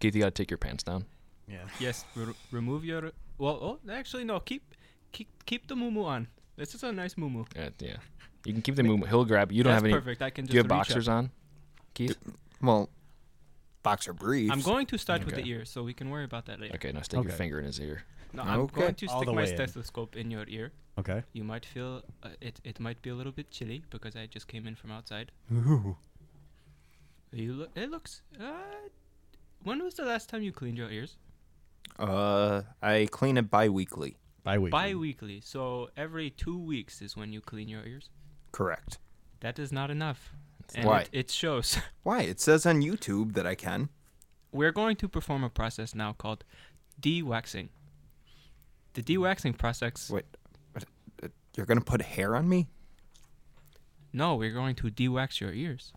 Speaker 2: Keith, you gotta take your pants down.
Speaker 3: Yeah.
Speaker 11: Yes, re- remove your. Well, oh, actually, no. Keep keep keep the muumuu on. This is a nice muumuu.
Speaker 2: Uh, yeah, you can keep the movement. He'll grab. You don't
Speaker 11: That's
Speaker 2: have any.
Speaker 11: perfect. I can
Speaker 2: do you
Speaker 11: just
Speaker 2: have
Speaker 11: reach
Speaker 2: boxers
Speaker 11: up.
Speaker 2: on, Keith?
Speaker 4: Well, boxer briefs.
Speaker 11: I'm going to start with
Speaker 2: Okay.
Speaker 11: the ear, so we can worry about that later.
Speaker 2: Okay, now stick your finger in his ear.
Speaker 11: No, I'm
Speaker 2: Okay.
Speaker 11: going to
Speaker 3: All
Speaker 11: stick
Speaker 3: the
Speaker 11: my
Speaker 3: way in.
Speaker 11: stethoscope in your ear.
Speaker 3: Okay.
Speaker 11: You might feel uh, it. It might be a little bit chilly because I just came in from outside.
Speaker 3: Ooh.
Speaker 11: You look. It looks. Uh, when was the last time you cleaned your ears?
Speaker 4: Uh, I clean it bi-weekly.
Speaker 3: Bi-weekly.
Speaker 11: Bi-weekly. So every two weeks is when you clean your ears.
Speaker 4: Correct.
Speaker 11: That is not enough. And
Speaker 4: Why?
Speaker 11: It, it shows. *laughs*
Speaker 4: Why? It says on YouTube that I can.
Speaker 11: We're going to perform a process now called de-waxing. The de-waxing process.
Speaker 4: Wait. uh, You're gonna put hair on me?
Speaker 11: No, we're going to de-wax your ears.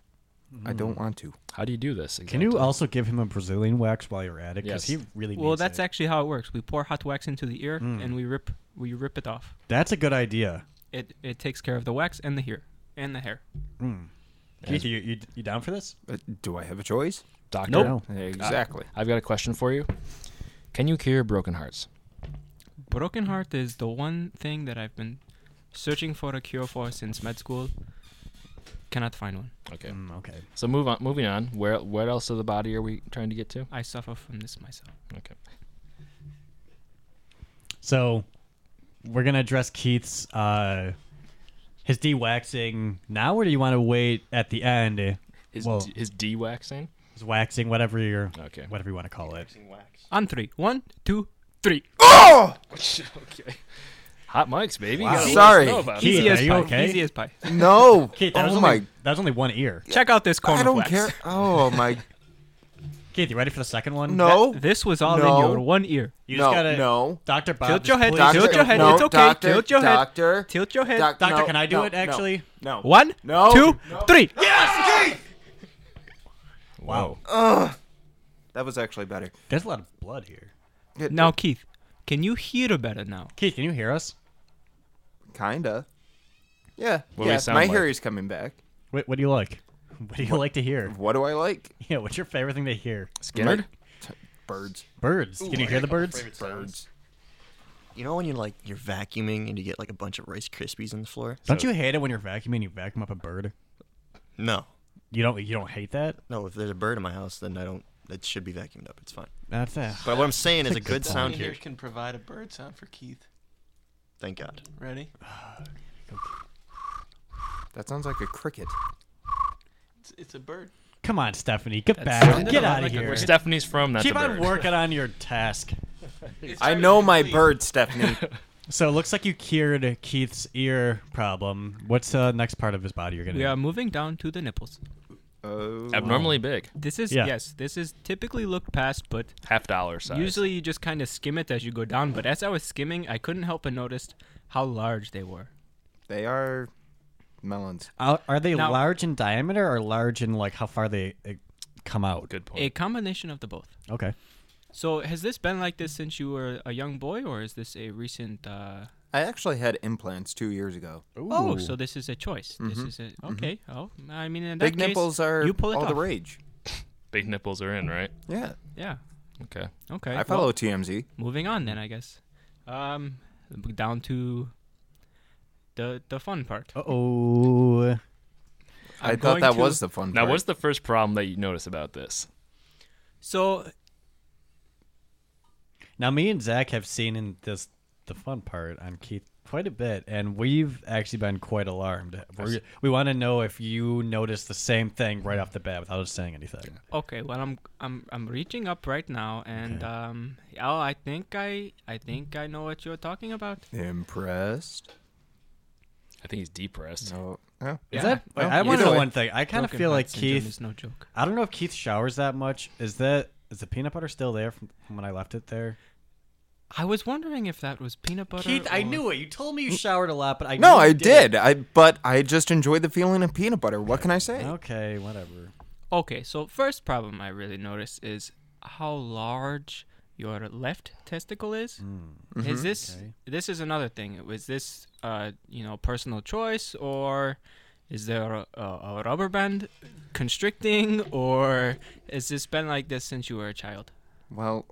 Speaker 4: I don't want to.
Speaker 2: How do you do this?
Speaker 3: Can you also give him a Brazilian wax while you're at it? Because
Speaker 11: Yes.
Speaker 3: he really
Speaker 11: Well,
Speaker 3: needs
Speaker 11: that's
Speaker 3: it.
Speaker 11: actually how it works. We pour hot wax into the ear
Speaker 3: Mm.
Speaker 11: and we rip we rip it off.
Speaker 3: that's a good idea.
Speaker 11: It it takes care of the wax and the hair and the hair.
Speaker 3: Mm. Keith, you, you you down for this?
Speaker 4: Uh, do I have a choice? Uh,
Speaker 2: Doctor.
Speaker 11: Nope.
Speaker 4: No. Exactly.
Speaker 2: I've got a question for you. Can you cure broken hearts?
Speaker 11: Broken heart is the one thing that I've been searching for a cure for since med school. Cannot find one.
Speaker 2: Okay.
Speaker 3: Mm, okay.
Speaker 2: So move on. Moving on. Where what else of the body are we trying to get to?
Speaker 11: I suffer from this myself.
Speaker 2: Okay.
Speaker 3: So we're gonna address Keith's uh his de-waxing now, or do you want to wait at the end?
Speaker 2: His
Speaker 3: well,
Speaker 2: d- his de waxing.
Speaker 3: his waxing, whatever you're,
Speaker 2: okay,
Speaker 3: whatever you want to call it.
Speaker 11: On three. One, two, three.
Speaker 4: Oh!
Speaker 2: okay. Hot mics, baby.
Speaker 3: Wow.
Speaker 2: You gotta let us
Speaker 3: Sorry.
Speaker 2: know about
Speaker 3: Keith,
Speaker 2: that.
Speaker 3: are you okay?
Speaker 11: Easy as pie.
Speaker 4: *laughs* No.
Speaker 3: Keith, that was
Speaker 4: oh
Speaker 3: only,
Speaker 4: my.
Speaker 3: that was only one ear.
Speaker 11: Check out this cone
Speaker 4: I
Speaker 11: of
Speaker 4: don't
Speaker 11: wax.
Speaker 4: care. Oh my.
Speaker 3: Keith, you ready for the second one?
Speaker 4: No.
Speaker 11: *laughs* That- this was all
Speaker 4: No.
Speaker 11: in your one ear.
Speaker 3: You
Speaker 4: no,
Speaker 3: just gotta,
Speaker 4: no.
Speaker 3: Doctor Bob.
Speaker 11: Tilt
Speaker 3: just
Speaker 11: your head,
Speaker 3: please-
Speaker 11: tilt your head,
Speaker 4: no,
Speaker 11: it's okay,
Speaker 4: Doctor,
Speaker 11: tilt your head,
Speaker 4: Doctor,
Speaker 11: tilt your head.
Speaker 4: Doc-
Speaker 3: Doctor,
Speaker 4: no,
Speaker 3: can I do
Speaker 4: no,
Speaker 3: it?
Speaker 4: no,
Speaker 3: Actually,
Speaker 4: No.
Speaker 11: One,
Speaker 4: No.
Speaker 11: two,
Speaker 4: No.
Speaker 11: three.
Speaker 4: Yes, Keith!
Speaker 3: wow,
Speaker 4: Ugh. That was actually better.
Speaker 3: there's a lot of blood here.
Speaker 4: It-
Speaker 11: Now, Keith, can you hear better now?
Speaker 3: Keith, can you hear us?
Speaker 4: Kinda. Yeah.
Speaker 2: What do we
Speaker 4: yeah.
Speaker 2: sound
Speaker 4: my
Speaker 2: like?
Speaker 4: hair is coming back.
Speaker 3: What, what do you like? What do you like to hear? *laughs*
Speaker 4: What do I like?
Speaker 3: Yeah, what's your favorite thing to hear?
Speaker 2: Skinner.
Speaker 4: T- birds.
Speaker 3: Birds. Can you hear the birds?
Speaker 4: Birds.
Speaker 8: You know when you like you're vacuuming and you get like a bunch of Rice Krispies on the floor?
Speaker 3: Don't you hate it when you're vacuuming? You vacuum up a bird.
Speaker 8: No,
Speaker 3: You don't. You don't hate that.
Speaker 8: no. If there's a bird in my house, then I don't It should be vacuumed up. It's fine.
Speaker 3: That's it.
Speaker 8: But what I'm saying is a
Speaker 3: *laughs*
Speaker 5: Like,
Speaker 8: good
Speaker 5: the
Speaker 8: sound
Speaker 5: phone
Speaker 8: here.
Speaker 5: can provide a bird sound for Keith.
Speaker 8: Thank God.
Speaker 5: Ready?
Speaker 4: That sounds like a cricket.
Speaker 5: It's, it's a bird.
Speaker 3: Come on, Stephanie, get
Speaker 5: That's- I
Speaker 3: back,
Speaker 5: know,
Speaker 3: get
Speaker 5: I
Speaker 3: out of
Speaker 5: like it.
Speaker 3: here.
Speaker 5: Where Stephanie's from, that's
Speaker 3: Keep
Speaker 5: a
Speaker 3: on
Speaker 5: bird.
Speaker 3: working on your task.
Speaker 4: I know my bird, Stephanie.
Speaker 3: So it looks like you cured Keith's ear problem. What's the uh, next part of his body you're gonna?
Speaker 11: We
Speaker 3: do?
Speaker 11: are moving down to the nipples.
Speaker 4: Oh.
Speaker 2: Abnormally big.
Speaker 11: This is
Speaker 3: Yeah.
Speaker 11: yes. This is typically looked past, but
Speaker 2: half dollar size.
Speaker 11: Usually, you just kind of skim it as you go down. But as I was skimming, I couldn't help but notice how large they were.
Speaker 4: They are melons.
Speaker 3: Are, are they
Speaker 11: Now-
Speaker 3: large in diameter or large in like how far they uh, come out? Good
Speaker 11: A combination of the both.
Speaker 3: Okay.
Speaker 11: So has this been like this since you were a young boy, or is this a recent? Uh...
Speaker 4: I actually had implants two years ago.
Speaker 11: Oh, so this is a choice. This
Speaker 4: Mhm.
Speaker 11: is a okay. Oh, I mean, in that
Speaker 4: Big
Speaker 11: case,
Speaker 4: nipples are
Speaker 11: you pull it
Speaker 4: all the
Speaker 11: off.
Speaker 4: rage.
Speaker 2: Big nipples are in, right?
Speaker 4: Yeah.
Speaker 11: Yeah.
Speaker 2: Okay.
Speaker 11: Okay.
Speaker 4: I follow
Speaker 11: well,
Speaker 4: TMZ.
Speaker 11: Moving on
Speaker 3: Hmm.
Speaker 11: then, I guess. Um, down to the the fun part.
Speaker 3: Uh oh.
Speaker 4: I thought that was the fun
Speaker 2: Now,
Speaker 4: part.
Speaker 2: what's the first problem that you notice about this?
Speaker 11: So
Speaker 3: Now me and Zach have seen in this the fun part on Keith quite a bit, and we've actually been quite alarmed. We're,
Speaker 11: Yes.
Speaker 3: we want to know if you noticed the same thing right off the bat without us saying anything.
Speaker 11: Okay, well I'm I'm I'm reaching up right now and um oh I think I I think I know what you're talking about.
Speaker 4: Impressed.
Speaker 2: I think he's depressed.
Speaker 4: No. Oh.
Speaker 3: Is that? I want to know one thing. I kind of
Speaker 11: Broken
Speaker 3: feel
Speaker 11: heart
Speaker 3: like
Speaker 11: syndrome
Speaker 3: Keith.
Speaker 11: is no joke.
Speaker 3: I don't know if Keith showers that much. Is that is the peanut butter still there from, from when I left it there?
Speaker 11: I was wondering if that was peanut butter.
Speaker 3: Keith, I
Speaker 11: or-
Speaker 3: knew it. You told me you showered a lot, but I
Speaker 4: No,
Speaker 3: knew you
Speaker 4: I did. I but I just enjoyed the feeling of peanut butter. What can I say?
Speaker 3: Okay, whatever.
Speaker 11: Okay, so first problem I really noticed is how large your left testicle is.
Speaker 4: Mhm.
Speaker 3: Mm-hmm.
Speaker 11: Is this this is another thing? Was this uh you know personal choice or is there a, a, a rubber band constricting or has this been like this since you were a child?
Speaker 4: Well,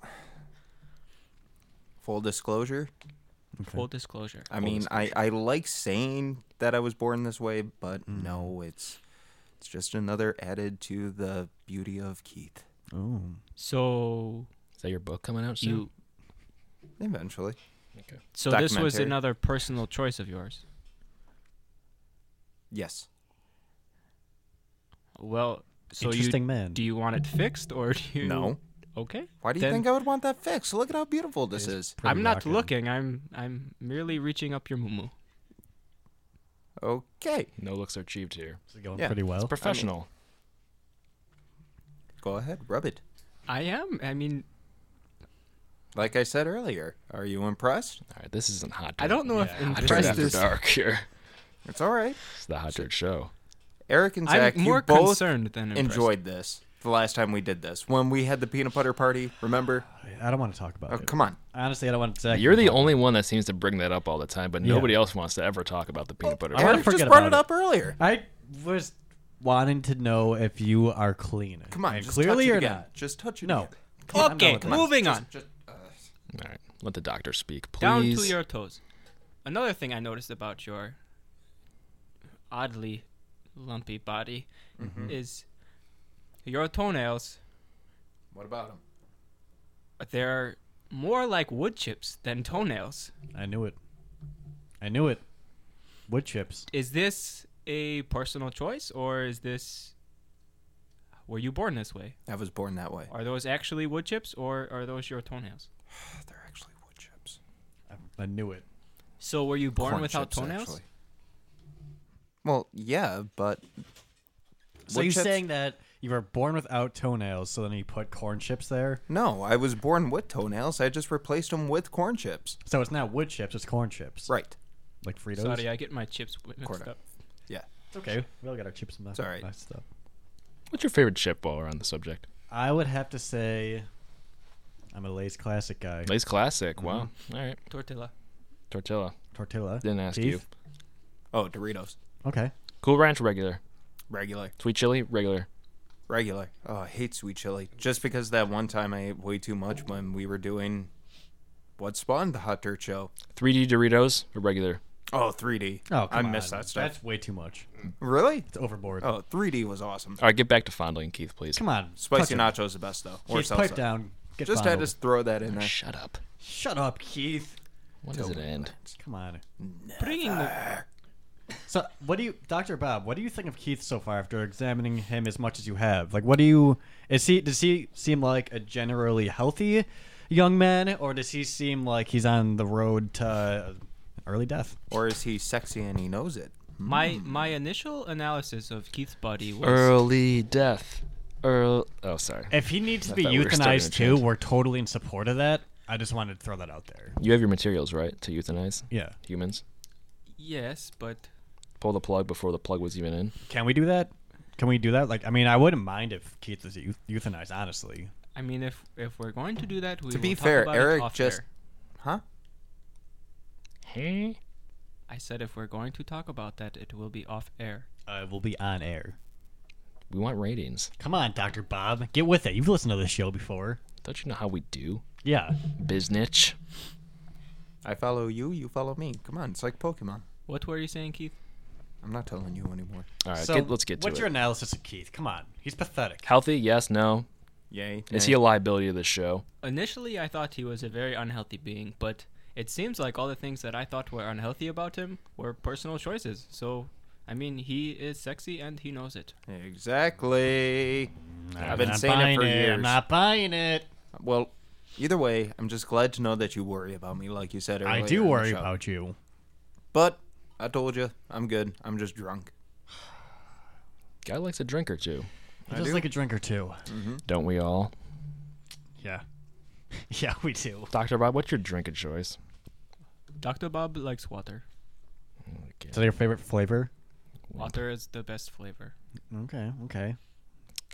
Speaker 4: full disclosure.
Speaker 11: Full disclosure. Mm.
Speaker 4: I mean, I, I like saying that I was born this way, but no, it's it's just another added to the beauty of Keith.
Speaker 3: Oh.
Speaker 11: So
Speaker 2: is that your book coming out soon?
Speaker 11: You,
Speaker 4: Eventually.
Speaker 2: Okay.
Speaker 11: so this was
Speaker 4: Documentary.
Speaker 11: another personal choice of yours.
Speaker 4: Yes.
Speaker 11: Well, so
Speaker 4: Interesting
Speaker 11: you,
Speaker 4: man.
Speaker 11: Do you want it fixed or do you?
Speaker 4: No.
Speaker 11: Okay.
Speaker 4: Why do you
Speaker 11: then
Speaker 4: think I would want that fixed? Look at how beautiful this is.
Speaker 11: I'm not looking. I'm I'm merely reaching up your mumu.
Speaker 4: Okay.
Speaker 2: No looks are achieved here.
Speaker 3: Is it going
Speaker 11: Yeah, pretty well?
Speaker 2: It's professional.
Speaker 4: Go ahead, rub it.
Speaker 11: I am. I mean,
Speaker 4: Like I said earlier, are you impressed?
Speaker 2: All right, this isn't hot.
Speaker 11: I don't know if
Speaker 2: Hot Dirt
Speaker 11: impressed
Speaker 2: after
Speaker 11: is-
Speaker 2: dark here.
Speaker 4: It's all right.
Speaker 2: It's the hot dirt show.
Speaker 4: Eric and
Speaker 11: I'm
Speaker 4: Zach,
Speaker 11: more
Speaker 4: you both
Speaker 11: concerned than impressed.
Speaker 4: enjoyed this the last time we did this when we had the peanut butter party. Remember?
Speaker 3: I don't want to talk about
Speaker 4: it. Oh, Come on.
Speaker 3: Honestly, I don't want Zach.
Speaker 2: You're the only one that seems to bring that up all the time, but
Speaker 3: Yeah.
Speaker 2: nobody else wants to ever talk about the peanut butter.
Speaker 3: I wanna
Speaker 2: Eric
Speaker 3: forget
Speaker 2: just
Speaker 3: about
Speaker 2: brought it up earlier.
Speaker 3: I was wanting to know if you are clean.
Speaker 4: Come on,
Speaker 3: and
Speaker 4: just
Speaker 3: clearly
Speaker 4: touch it
Speaker 3: you're
Speaker 4: again.
Speaker 3: not.
Speaker 4: Just touch it
Speaker 3: No.
Speaker 4: again.
Speaker 3: Come
Speaker 11: Okay,
Speaker 3: I'm done with it.
Speaker 11: moving on.
Speaker 2: All right, let the doctor speak, please.
Speaker 11: Down to your toes. Another thing I noticed about your oddly lumpy body
Speaker 4: Mhm.
Speaker 11: is your toenails.
Speaker 4: What about him?
Speaker 11: They're more like wood chips than toenails.
Speaker 3: I knew it. I knew it. Wood chips.
Speaker 11: Is this a personal choice or is this were you born this way?
Speaker 4: I was born that way.
Speaker 11: Are those actually wood chips or are those your toenails?
Speaker 4: They're actually wood chips.
Speaker 3: I knew it.
Speaker 11: So were you born
Speaker 4: Corn
Speaker 11: without
Speaker 4: chips,
Speaker 11: toenails?
Speaker 4: actually. Well, yeah, but
Speaker 3: So
Speaker 4: wood
Speaker 3: you're
Speaker 4: chips-
Speaker 3: saying that you were born without toenails, so then you put corn chips there?
Speaker 4: no? I was born with toenails. I just replaced them with corn chips.
Speaker 3: So it's not wood chips, it's corn chips.
Speaker 4: Right.
Speaker 3: Like Fritos?
Speaker 11: Sorry, I get my chips w- mixed
Speaker 4: Corn-
Speaker 11: up.
Speaker 4: Yeah.
Speaker 3: It's okay. We all got our chips and that.
Speaker 4: It's all right.
Speaker 3: Nice stuff.
Speaker 2: What's your favorite chip while we're on the subject?
Speaker 3: I would have to say I'm a Lay's classic guy.
Speaker 2: Lay's classic. Wow. All right.
Speaker 11: Tortilla.
Speaker 2: Tortilla.
Speaker 3: Tortilla.
Speaker 2: Didn't ask
Speaker 3: Keith?
Speaker 2: you.
Speaker 4: Oh, Doritos.
Speaker 3: Okay.
Speaker 2: Cool Ranch regular.
Speaker 4: Regular.
Speaker 2: Sweet chili regular.
Speaker 4: Regular. Oh, I hate sweet chili. Just because that one time I ate way too much when we were doing what spawned the hot dirt show.
Speaker 2: 3D Doritos or regular.
Speaker 4: Oh, 3D.
Speaker 3: Oh,
Speaker 4: I
Speaker 3: come
Speaker 4: missed
Speaker 3: on.
Speaker 4: that stuff.
Speaker 3: That's way too much.
Speaker 4: Really?
Speaker 3: It's overboard.
Speaker 4: Oh, 3D was awesome.
Speaker 2: All right, get back to fondling Keith, please.
Speaker 3: Come on,
Speaker 4: Spicy
Speaker 3: touch
Speaker 4: nacho is the best though.
Speaker 3: Keith, pipe down. Get
Speaker 4: Just had
Speaker 3: fondled.
Speaker 4: to throw that in there.
Speaker 2: Shut up.
Speaker 3: Shut up, Keith.
Speaker 2: When does it end?
Speaker 3: Come on. Bringing the. So, what do you, Doctor Bob? What do you think of Keith so far after examining him as much as you have? Like, what do you is he? Does he seem like a generally healthy young man, or does he seem like he's on the road to early death?
Speaker 4: Or is he sexy and he knows it?
Speaker 11: My
Speaker 4: Hmm.
Speaker 11: my initial analysis of Keith's body was
Speaker 2: Early death. Earl. Oh, sorry.
Speaker 3: If he needs to
Speaker 2: I
Speaker 3: be
Speaker 2: thought we were starting
Speaker 3: euthanized
Speaker 2: to
Speaker 3: too,
Speaker 2: change.
Speaker 3: we're totally in support of that. I just wanted to throw that out there.
Speaker 2: You have your materials right to euthanize.
Speaker 3: Yeah.
Speaker 2: Humans.
Speaker 11: yes, but
Speaker 2: Pull the plug before the plug was even in.
Speaker 3: Can we do that? Can we do that? Like, I mean, I wouldn't mind if Keith was euth- euthanized. Honestly,
Speaker 11: I mean if if we're going to do that, we
Speaker 4: to
Speaker 11: will
Speaker 4: be
Speaker 11: talk
Speaker 4: fair,
Speaker 11: about it
Speaker 4: Eric
Speaker 11: off
Speaker 4: just,
Speaker 11: air.
Speaker 4: huh?
Speaker 2: Hey.
Speaker 11: I said if we're going to talk about that, it will be off air.
Speaker 3: uh, we'll be on air.
Speaker 2: We want ratings.
Speaker 3: Come on, Doctor Bob, get with it. You've listened to this show before.
Speaker 2: Don't you know how we do?
Speaker 3: Yeah.
Speaker 2: Biznitch.
Speaker 4: I follow you, you follow me. Come on, it's like Pokemon.
Speaker 11: What were you saying, Keith?
Speaker 4: I'm not telling you anymore.
Speaker 2: All right, get, let's get to
Speaker 3: what's
Speaker 2: it.
Speaker 3: your analysis of Keith? Come on, he's pathetic.
Speaker 2: Healthy? Yes. No.
Speaker 4: Yay.
Speaker 2: Is
Speaker 4: nay.
Speaker 2: he a liability to this show?
Speaker 11: Initially, I thought he was a very unhealthy being, but it seems like all the things that I thought were unhealthy about him were personal choices. So, I mean, he is sexy and he knows it.
Speaker 4: Exactly. I've been
Speaker 3: not
Speaker 4: saying it
Speaker 3: buying
Speaker 4: for years.
Speaker 3: I'm not buying it.
Speaker 4: Well, either way, I'm just glad to know that you worry about me, like you said earlier.
Speaker 3: I
Speaker 4: in
Speaker 3: do
Speaker 4: the
Speaker 3: worry
Speaker 4: show.
Speaker 3: about you.
Speaker 4: But I told you, I'm good. I'm just drunk.
Speaker 2: Guy likes a drink or two.
Speaker 3: I just
Speaker 4: do.
Speaker 3: like a drink or two.
Speaker 2: Don't we all?
Speaker 3: Yeah. *laughs* Yeah, we do.
Speaker 2: Doctor Bob, what's your drink of choice?
Speaker 11: Dr. Bob likes water.
Speaker 3: Is that your favorite flavor?
Speaker 11: Water is the best flavor.
Speaker 3: Okay, okay.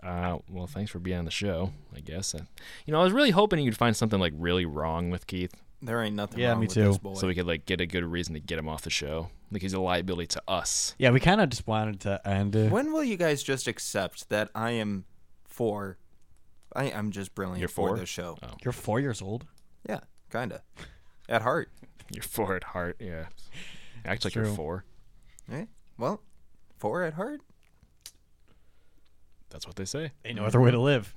Speaker 2: Uh, well, thanks for being on the show. I guess. Uh, you know, I was really hoping you'd find something like really wrong with Keith,
Speaker 4: There ain't nothing
Speaker 3: Yeah,
Speaker 4: wrong
Speaker 3: me
Speaker 4: with
Speaker 3: too.
Speaker 4: this boy.
Speaker 2: so we could like get a good reason to get him off the show. Like he's a liability to us.
Speaker 3: Yeah, we kind of just wanted to end it.
Speaker 4: when will you guys just accept that I am for I am just brilliant
Speaker 2: You're
Speaker 4: for
Speaker 2: for?
Speaker 4: this show.
Speaker 3: You're four years old.
Speaker 4: Yeah, kinda. At heart.
Speaker 2: You're four at heart. Yeah. Act like
Speaker 3: True.
Speaker 2: you're four.
Speaker 4: Eh? Well, for at heart?
Speaker 2: That's what they say.
Speaker 3: Ain't no other way to live.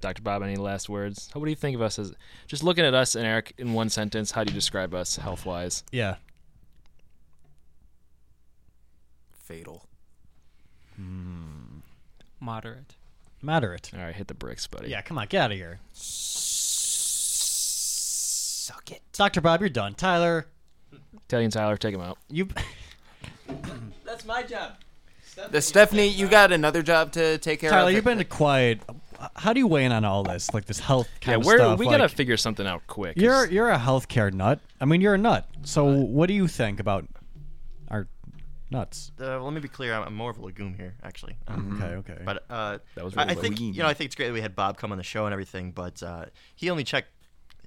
Speaker 2: Doctor Bob, any last words? How, what do you think of us as? Just looking at us and Eric in one sentence. How do you describe us health wise?
Speaker 3: Yeah.
Speaker 4: Fatal.
Speaker 11: Moderate.
Speaker 3: Moderate.
Speaker 2: All right, hit the bricks, buddy.
Speaker 3: Yeah, come on, get out of here.
Speaker 4: Suck it.
Speaker 3: Dr. Bob, you're done. Tyler,
Speaker 2: Italian Tyler, take him out.
Speaker 3: you. *laughs*
Speaker 5: That's my job.
Speaker 4: The Uh, Stephanie, you got another job to take care of.
Speaker 3: Tyler, you've been quiet. How do you weigh in on all this, like this health
Speaker 2: Yeah,
Speaker 3: kind
Speaker 2: we're,
Speaker 3: of stuff?
Speaker 2: we
Speaker 3: like,
Speaker 2: gotta figure something out quick. 'cause
Speaker 3: You're you're a healthcare nut. I mean, you're a nut. So what do you think about our nuts?
Speaker 8: Uh, well, let me be clear. I'm, I'm more of a legume here, actually. Um,
Speaker 3: Okay, okay.
Speaker 8: But uh,
Speaker 2: That was
Speaker 8: I- I
Speaker 2: really
Speaker 8: think
Speaker 4: lean.
Speaker 8: you know I think it's great that we had Bob come on the show and everything, but uh, he only checked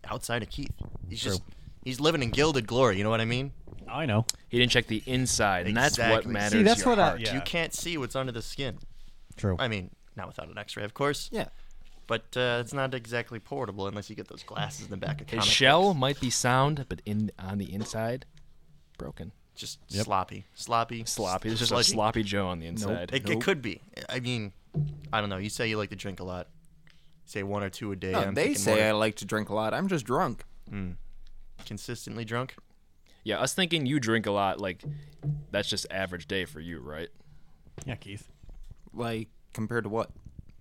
Speaker 8: outside of Keith. He's just he's living in gilded glory. You know what I mean?
Speaker 3: I know.
Speaker 2: he didn't check the inside, and that's what
Speaker 8: Exactly.
Speaker 2: matters.
Speaker 8: See,
Speaker 3: that's
Speaker 2: your
Speaker 3: what I-
Speaker 2: heart.
Speaker 3: yeah.
Speaker 8: You can't see what's under the skin.
Speaker 3: True.
Speaker 8: I mean, not without an X-ray, of course.
Speaker 4: Yeah.
Speaker 8: But uh, it's not exactly portable unless you get those glasses in the back of
Speaker 2: His
Speaker 8: comic
Speaker 2: shell
Speaker 8: books.
Speaker 2: might be sound, but in on the inside, broken,
Speaker 8: just
Speaker 3: Yep.
Speaker 8: sloppy, sloppy,
Speaker 2: sloppy. There's just
Speaker 8: sludgy.
Speaker 2: a sloppy Joe on the inside.
Speaker 8: It, it could be. I mean, I don't know. You say you like to drink a lot. Say one or two a day.
Speaker 4: No,
Speaker 8: I'm
Speaker 4: Oh, they
Speaker 8: thinking
Speaker 4: say I
Speaker 8: more
Speaker 4: like to drink a lot. I'm just drunk.
Speaker 8: consistently drunk.
Speaker 2: Yeah, us thinking you drink a lot, like that's just average day for you, right?
Speaker 3: Yeah, Keith.
Speaker 4: Like compared to what?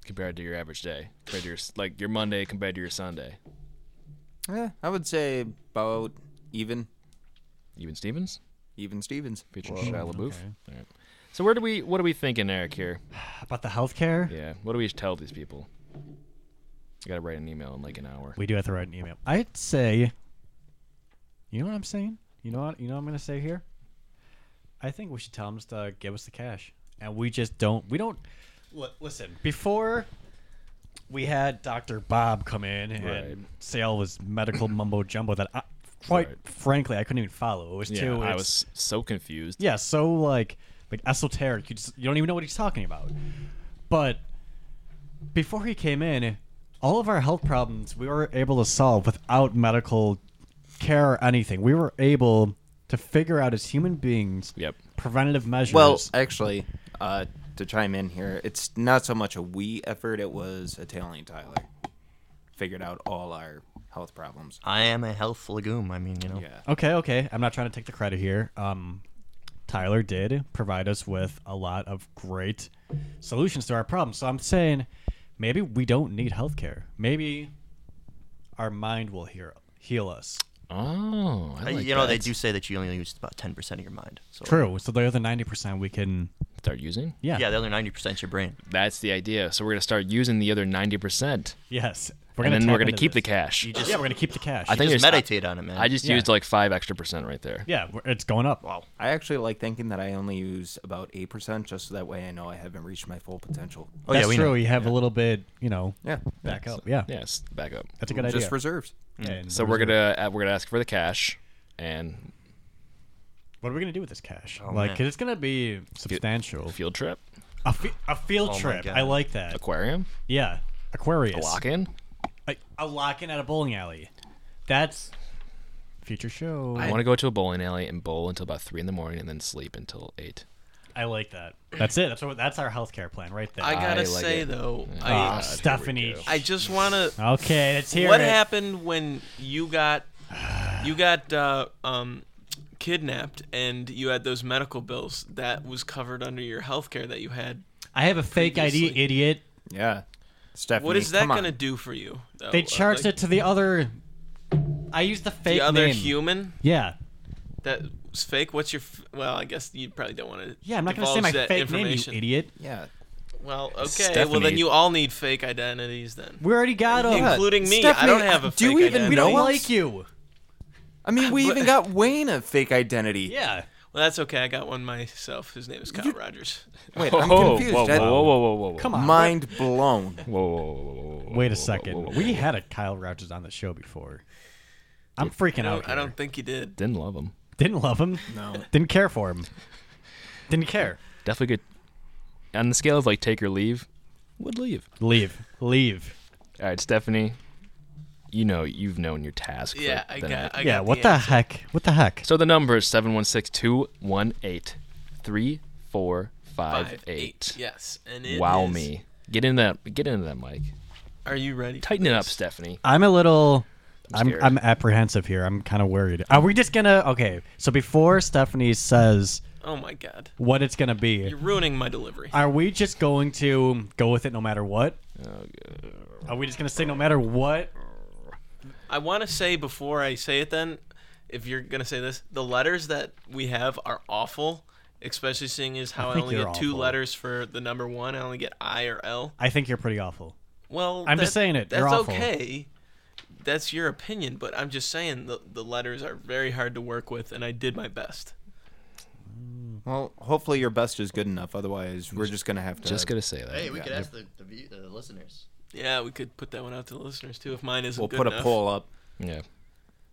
Speaker 2: Compared to your average day, compared to your s- like your Monday compared to your Sunday.
Speaker 4: Yeah, Eh, I would say about even
Speaker 2: Even Stevens
Speaker 4: even Stevens.
Speaker 2: featuring Shia LaBeouf. All right. So where do we what are we thinking, Eric? Here,
Speaker 3: About the healthcare,
Speaker 2: yeah. What do we tell these people? I gotta write an email in like an hour.
Speaker 3: we do have to write an email. I'd say, you know what I'm saying? You know what? You know what I'm gonna say here. I think we should tell them to uh, give us the cash, and we just don't. We don't. Li- Listen, before we had Doctor Bob come in
Speaker 2: Right.
Speaker 3: and say all this medical mumbo jumbo that, I, quite
Speaker 2: Right.
Speaker 3: frankly, I couldn't even follow. It was
Speaker 2: Yeah,
Speaker 3: too.
Speaker 2: I
Speaker 3: it's-
Speaker 2: was so confused.
Speaker 3: yeah, so like like esoteric. You just you don't even know what he's talking about. But before he came in, all of our health problems we were able to solve without medical care or anything. We were able to figure out as human beings
Speaker 2: yep.
Speaker 3: preventative measures.
Speaker 4: Well, actually, uh, to chime in here, it's not so much a we effort; it was Italian Tyler figured out all our health problems.
Speaker 8: I am a health legume. I mean, you know.
Speaker 4: Yeah.
Speaker 3: Okay, okay. I'm not trying to take the credit here. Um, Tyler did provide us with a lot of great solutions to our problems. So I'm saying maybe we don't need healthcare. Maybe our mind will hear, heal us.
Speaker 2: Oh,
Speaker 8: Uh, you know, they do say that you only use about 10% of your mind. So
Speaker 3: True. So the other 90% we can
Speaker 2: start using.
Speaker 3: Yeah.
Speaker 8: Yeah, the other 90% is your brain.
Speaker 2: That's the idea. So we're gonna start using the other ninety percent.
Speaker 3: Yes.
Speaker 2: We're gonna
Speaker 3: We're gonna
Speaker 2: and then we're
Speaker 3: tap
Speaker 2: gonna
Speaker 3: into
Speaker 2: keep the
Speaker 3: this.
Speaker 2: cash.
Speaker 8: You just-
Speaker 3: yeah, we're gonna keep the cash.
Speaker 8: I think
Speaker 2: there's-
Speaker 8: just meditate on it, man.
Speaker 2: I just
Speaker 3: Yeah.
Speaker 2: used like five extra percent right there.
Speaker 3: Yeah, we're- it's going up.
Speaker 8: Wow.
Speaker 4: I actually like thinking that I only use about eight percent, just so that way I know I haven't reached my full potential.
Speaker 8: Oh,
Speaker 3: That's
Speaker 8: yeah, we
Speaker 3: true.
Speaker 8: know.
Speaker 3: You have a little bit, you know,
Speaker 4: Yeah.
Speaker 3: back
Speaker 2: Yeah,
Speaker 3: up.
Speaker 2: so-
Speaker 3: Yeah.
Speaker 2: Yes, back up.
Speaker 3: That's a good idea.
Speaker 4: Just reserves.
Speaker 3: And
Speaker 2: So we're gonna uh, we're gonna ask for the cash, and
Speaker 3: What are we gonna do with this cash?
Speaker 8: Oh,
Speaker 3: like,
Speaker 8: man.
Speaker 3: 'cause it's gonna be substantial.
Speaker 2: field trip,
Speaker 3: A, fe- a field
Speaker 8: Oh my
Speaker 3: trip.
Speaker 8: God.
Speaker 3: I like that.
Speaker 2: aquarium,
Speaker 3: Yeah,
Speaker 2: a
Speaker 3: Aquarius.
Speaker 2: lock in.
Speaker 3: A, a lock in at a bowling alley. That's future show.
Speaker 2: I want to go to a bowling alley and bowl until about three in the morning, and then sleep until eight.
Speaker 3: I like that. That's it. That's what. That's our healthcare plan right there.
Speaker 5: I gotta
Speaker 2: like
Speaker 5: say
Speaker 2: it.
Speaker 5: though,
Speaker 3: Ah,
Speaker 5: I
Speaker 3: Stephanie.
Speaker 5: I just wanna.
Speaker 3: Okay, let's hear
Speaker 5: what
Speaker 3: it.
Speaker 5: happened when you got you got uh, um, kidnapped and you had those medical bills that was covered under your health care that you had?
Speaker 3: I have a fake ID,
Speaker 5: Previously.
Speaker 3: idiot.
Speaker 4: Yeah, Stephanie.
Speaker 5: What is that
Speaker 4: come on.
Speaker 5: gonna do for you? though?
Speaker 3: They charged
Speaker 5: Oh, Like,
Speaker 3: it to the other. I used the fake
Speaker 5: the other
Speaker 3: name.
Speaker 5: human
Speaker 3: yeah.
Speaker 5: that was fake. What's your? F- well, I guess you probably don't want to.
Speaker 3: Yeah, I'm not gonna say my fake name, you idiot.
Speaker 4: Yeah.
Speaker 5: Well, okay. Well,
Speaker 2: Stephanie.
Speaker 5: then you all need fake identities then.
Speaker 3: We already got him.
Speaker 5: Including me, I don't have a
Speaker 4: do
Speaker 5: fake
Speaker 4: we even-
Speaker 5: identity.
Speaker 3: We don't
Speaker 4: No.
Speaker 3: like you.
Speaker 4: I mean, we
Speaker 3: *laughs*
Speaker 4: even got Wayne a fake identity.
Speaker 3: Yeah.
Speaker 5: Well, that's okay. I got one myself. His name is Kyle Rogers.
Speaker 4: Wait, I'm
Speaker 2: Whoa,
Speaker 4: confused.
Speaker 2: Oh, Whoa, whoa,
Speaker 4: That-
Speaker 2: whoa, whoa, whoa, whoa,
Speaker 3: Come on.
Speaker 4: Mind blown.
Speaker 2: whoa, whoa, whoa, whoa, whoa, whoa,
Speaker 3: Wait
Speaker 2: whoa,
Speaker 3: a second.
Speaker 2: whoa, whoa, whoa.
Speaker 3: We had a Kyle Rogers on the show before. I'm freaking
Speaker 5: I
Speaker 3: out.
Speaker 5: don't, I
Speaker 3: here.
Speaker 5: don't think he did.
Speaker 2: Didn't love him.
Speaker 3: Didn't love him.
Speaker 4: No.
Speaker 3: Didn't care
Speaker 2: *laughs*
Speaker 3: for him. Didn't care.
Speaker 2: Definitely could. On the scale of like take or leave, would leave.
Speaker 3: Leave. Leave.
Speaker 2: All right, Stephanie. You know you've known your task. for
Speaker 5: Yeah, I
Speaker 2: the night.
Speaker 5: got. I
Speaker 3: yeah.
Speaker 5: got
Speaker 3: What
Speaker 5: the
Speaker 3: the
Speaker 5: answer.
Speaker 3: heck? What the heck?
Speaker 2: So the number is 716-218-3458.
Speaker 5: Five, eight. Yes, and it
Speaker 2: Wow
Speaker 5: is-
Speaker 2: me. Get in that get into that mic.
Speaker 5: Are you ready? for
Speaker 2: Tighten it up,
Speaker 5: this?
Speaker 2: Stephanie.
Speaker 3: I'm a little. I'm
Speaker 2: scared.
Speaker 3: I'm apprehensive here. I'm kind of worried. Are we just gonna? Okay. So before Stephanie says
Speaker 5: Oh my god,
Speaker 3: what it's gonna be,
Speaker 5: you're ruining my delivery.
Speaker 3: are we just going to go with it no matter what? Are we just gonna say no matter what?
Speaker 5: I want to say before I say it, then, if you're gonna say this, the letters that we have are awful. Especially seeing is
Speaker 3: I
Speaker 5: how I,
Speaker 3: think
Speaker 5: only get
Speaker 3: you're
Speaker 5: two
Speaker 3: awful.
Speaker 5: letters for the number one. I only get I or L.
Speaker 3: I think you're pretty awful.
Speaker 5: Well,
Speaker 3: I'm just
Speaker 5: that-
Speaker 3: saying it.
Speaker 5: That's
Speaker 3: You're awful.
Speaker 5: okay. That's your opinion, but I'm just saying the the letters are very hard to work with, and I did my best.
Speaker 4: Well, hopefully your best is good enough. Otherwise, we're just gonna have to.
Speaker 2: Just gonna say that.
Speaker 8: Hey, we could ask the, the, view- the listeners.
Speaker 5: Yeah, we could put that one out to the listeners too if mine isn't
Speaker 4: We'll
Speaker 5: good
Speaker 4: put a
Speaker 5: enough.
Speaker 4: poll up.
Speaker 2: Yeah.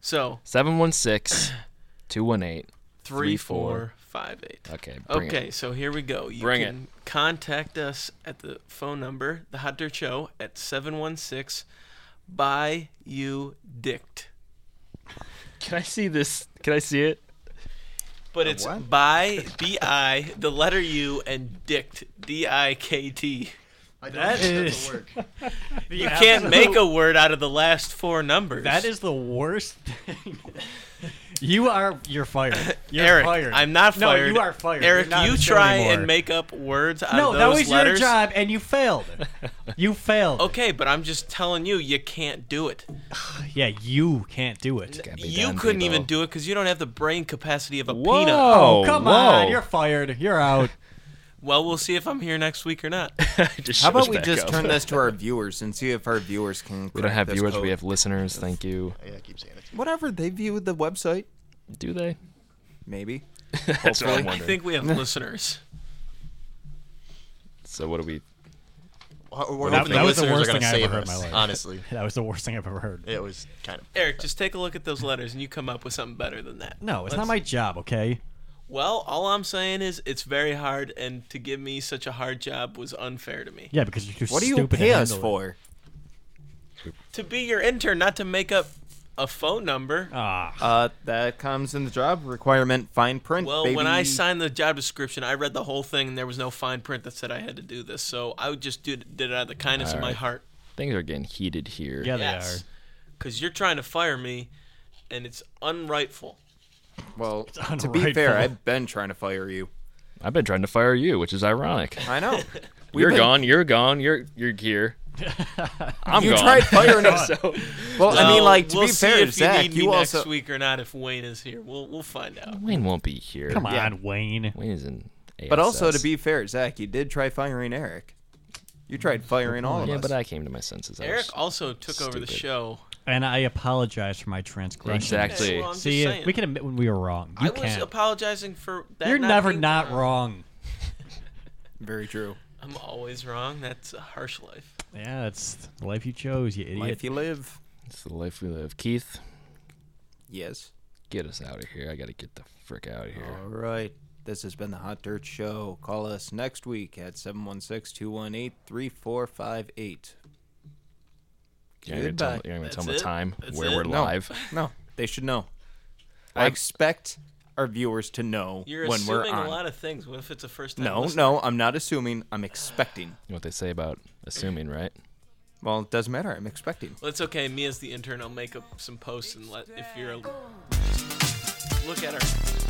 Speaker 5: So
Speaker 2: 716-218. Three,
Speaker 5: three,
Speaker 2: four.
Speaker 5: four, five, eight.
Speaker 2: Okay. Bring
Speaker 5: Okay,
Speaker 2: It.
Speaker 5: so here we go. You
Speaker 2: Bring
Speaker 5: can contact us at the phone number, the Hot Dirt Show, at 716 by you dict.
Speaker 2: Can I see this? Can I see it?
Speaker 5: But it's by B I, the letter U, and dict, D I K T.
Speaker 8: I
Speaker 3: That is-
Speaker 8: work.
Speaker 3: *laughs*
Speaker 5: You can't make a word out of the last four numbers.
Speaker 3: That is the worst thing. *laughs* you are. You're fired. You're
Speaker 5: Eric,
Speaker 3: fired.
Speaker 5: I'm not
Speaker 3: No,
Speaker 5: fired.
Speaker 3: you are fired. You're
Speaker 5: Eric,
Speaker 3: not on
Speaker 5: you
Speaker 3: the show
Speaker 5: try
Speaker 3: anymore.
Speaker 5: and make up words out
Speaker 3: No,
Speaker 5: of
Speaker 3: that
Speaker 5: those
Speaker 3: was
Speaker 5: letters.
Speaker 3: your job, and you
Speaker 5: *laughs*
Speaker 3: failed. You failed.
Speaker 5: Okay, but I'm just telling you, you can't do it.
Speaker 3: Yeah, you can't do it.
Speaker 2: Gotta be
Speaker 5: You
Speaker 2: done,
Speaker 5: couldn't even
Speaker 2: people.
Speaker 5: do it because you don't have the brain capacity of a
Speaker 2: Whoa.
Speaker 5: peanut.
Speaker 3: Oh, come
Speaker 2: whoa.
Speaker 3: on. You're fired. You're
Speaker 5: *laughs*
Speaker 3: out.
Speaker 5: Well, we'll see if I'm here next week
Speaker 2: *laughs*
Speaker 5: or not.
Speaker 2: Just
Speaker 4: How
Speaker 2: shows
Speaker 4: about we
Speaker 2: back
Speaker 4: just
Speaker 2: up.
Speaker 4: turn this to
Speaker 2: *laughs*
Speaker 4: our viewers and see if our viewers can.
Speaker 2: We don't have viewers. We have listeners. Thank you.
Speaker 8: Yeah, I keep saying it.
Speaker 4: whatever they view the website.
Speaker 2: Do they?
Speaker 4: Maybe.
Speaker 2: That's what I'm
Speaker 5: I
Speaker 2: wondering. *laughs*
Speaker 5: think we have listeners.
Speaker 2: so what do we?
Speaker 8: Or we're
Speaker 3: That-
Speaker 8: hoping
Speaker 3: that was the
Speaker 8: listeners are
Speaker 3: worst
Speaker 8: gonna
Speaker 3: thing I ever
Speaker 8: save
Speaker 3: heard in my
Speaker 8: us,
Speaker 3: life.
Speaker 8: Honestly,
Speaker 3: That was the worst thing I've ever heard.
Speaker 8: it was kind of.
Speaker 5: Eric, just take a look at those letters and you come up with something better than that.
Speaker 3: No, it's not
Speaker 5: Let's-
Speaker 3: my job, okay?
Speaker 5: Well, all I'm saying is it's very hard, and to give me such a hard job was unfair to me.
Speaker 3: Yeah, because you're too
Speaker 4: What do
Speaker 3: stupid
Speaker 4: you
Speaker 3: to
Speaker 4: pay us
Speaker 3: handle it.
Speaker 4: for?
Speaker 5: To be your intern, not to make up a phone number.
Speaker 3: Ah.
Speaker 4: Uh, that comes in the job requirement fine print.
Speaker 5: Well,
Speaker 4: baby.
Speaker 5: when I signed the job description, I read the whole thing, and there was no fine print that said I had to do this. So I would just do, did it out of the kindness of my
Speaker 2: Alright.
Speaker 5: heart.
Speaker 2: Things are getting heated here.
Speaker 5: Because you're trying to fire me, and it's unrightful.
Speaker 4: *laughs* Well, to be fair,
Speaker 2: unrightful.
Speaker 4: I've been trying to fire you.
Speaker 2: I've been trying to fire you, which is ironic.
Speaker 4: I *laughs* know. We've
Speaker 2: you're
Speaker 4: been-
Speaker 2: gone. You're gone. You're you're here. I'm
Speaker 4: You
Speaker 2: gone.
Speaker 4: tried *laughs* firing us.
Speaker 2: So-
Speaker 4: Well, I mean, like, to
Speaker 5: we'll
Speaker 4: be
Speaker 5: see
Speaker 4: fair to
Speaker 5: if you
Speaker 4: Zach,
Speaker 5: need
Speaker 4: you
Speaker 5: me
Speaker 4: also-
Speaker 5: next week or not if Wayne is here. We'll we'll find out.
Speaker 2: Wayne won't be here.
Speaker 3: Come on, Wayne.
Speaker 2: Wayne is in. ASS.
Speaker 4: But also, to be fair, Zach, you did try firing Eric. You tried firing all of
Speaker 2: yeah,
Speaker 4: us.
Speaker 2: but I came to my senses. I
Speaker 5: Eric
Speaker 2: was-
Speaker 5: also took over the show.
Speaker 3: And I apologize for my transgression.
Speaker 2: Exactly.
Speaker 5: Well, I'm just
Speaker 3: See,
Speaker 5: saying.
Speaker 3: we can admit when we were wrong. You
Speaker 5: I was
Speaker 3: can't.
Speaker 5: apologizing for that.
Speaker 3: You're
Speaker 5: not
Speaker 3: never
Speaker 5: being-
Speaker 3: not wrong.
Speaker 4: Very true.
Speaker 5: I'm always wrong. That's a harsh life.
Speaker 3: Yeah, it's the life you chose, you idiot.
Speaker 4: Life you live.
Speaker 2: It's the life we live. Keith,
Speaker 4: Yes.
Speaker 2: get us out of here. I gotta get the frick out of here.
Speaker 4: All right. This has been the Hot Dirt Show. Call us next week at 716 218 3458.
Speaker 2: You're not gonna tell,
Speaker 4: Goodbye.
Speaker 2: you're not gonna tell them
Speaker 4: That's
Speaker 2: the
Speaker 4: it?
Speaker 2: time
Speaker 4: That's
Speaker 2: where
Speaker 4: it?
Speaker 2: we're
Speaker 4: No.
Speaker 2: live.
Speaker 4: No, they should know. I expect our viewers to know
Speaker 5: You're
Speaker 4: when we're
Speaker 5: assuming
Speaker 4: on.
Speaker 5: a lot of things. What if it's a first time?
Speaker 4: no,
Speaker 5: listener?
Speaker 4: no, I'm not assuming. I'm expecting.
Speaker 2: You know what they say about assuming, right?
Speaker 4: Well, it doesn't matter. I'm expecting.
Speaker 5: Well, it's okay. Me as the intern, I'll make up some posts and let if you're a, just look at our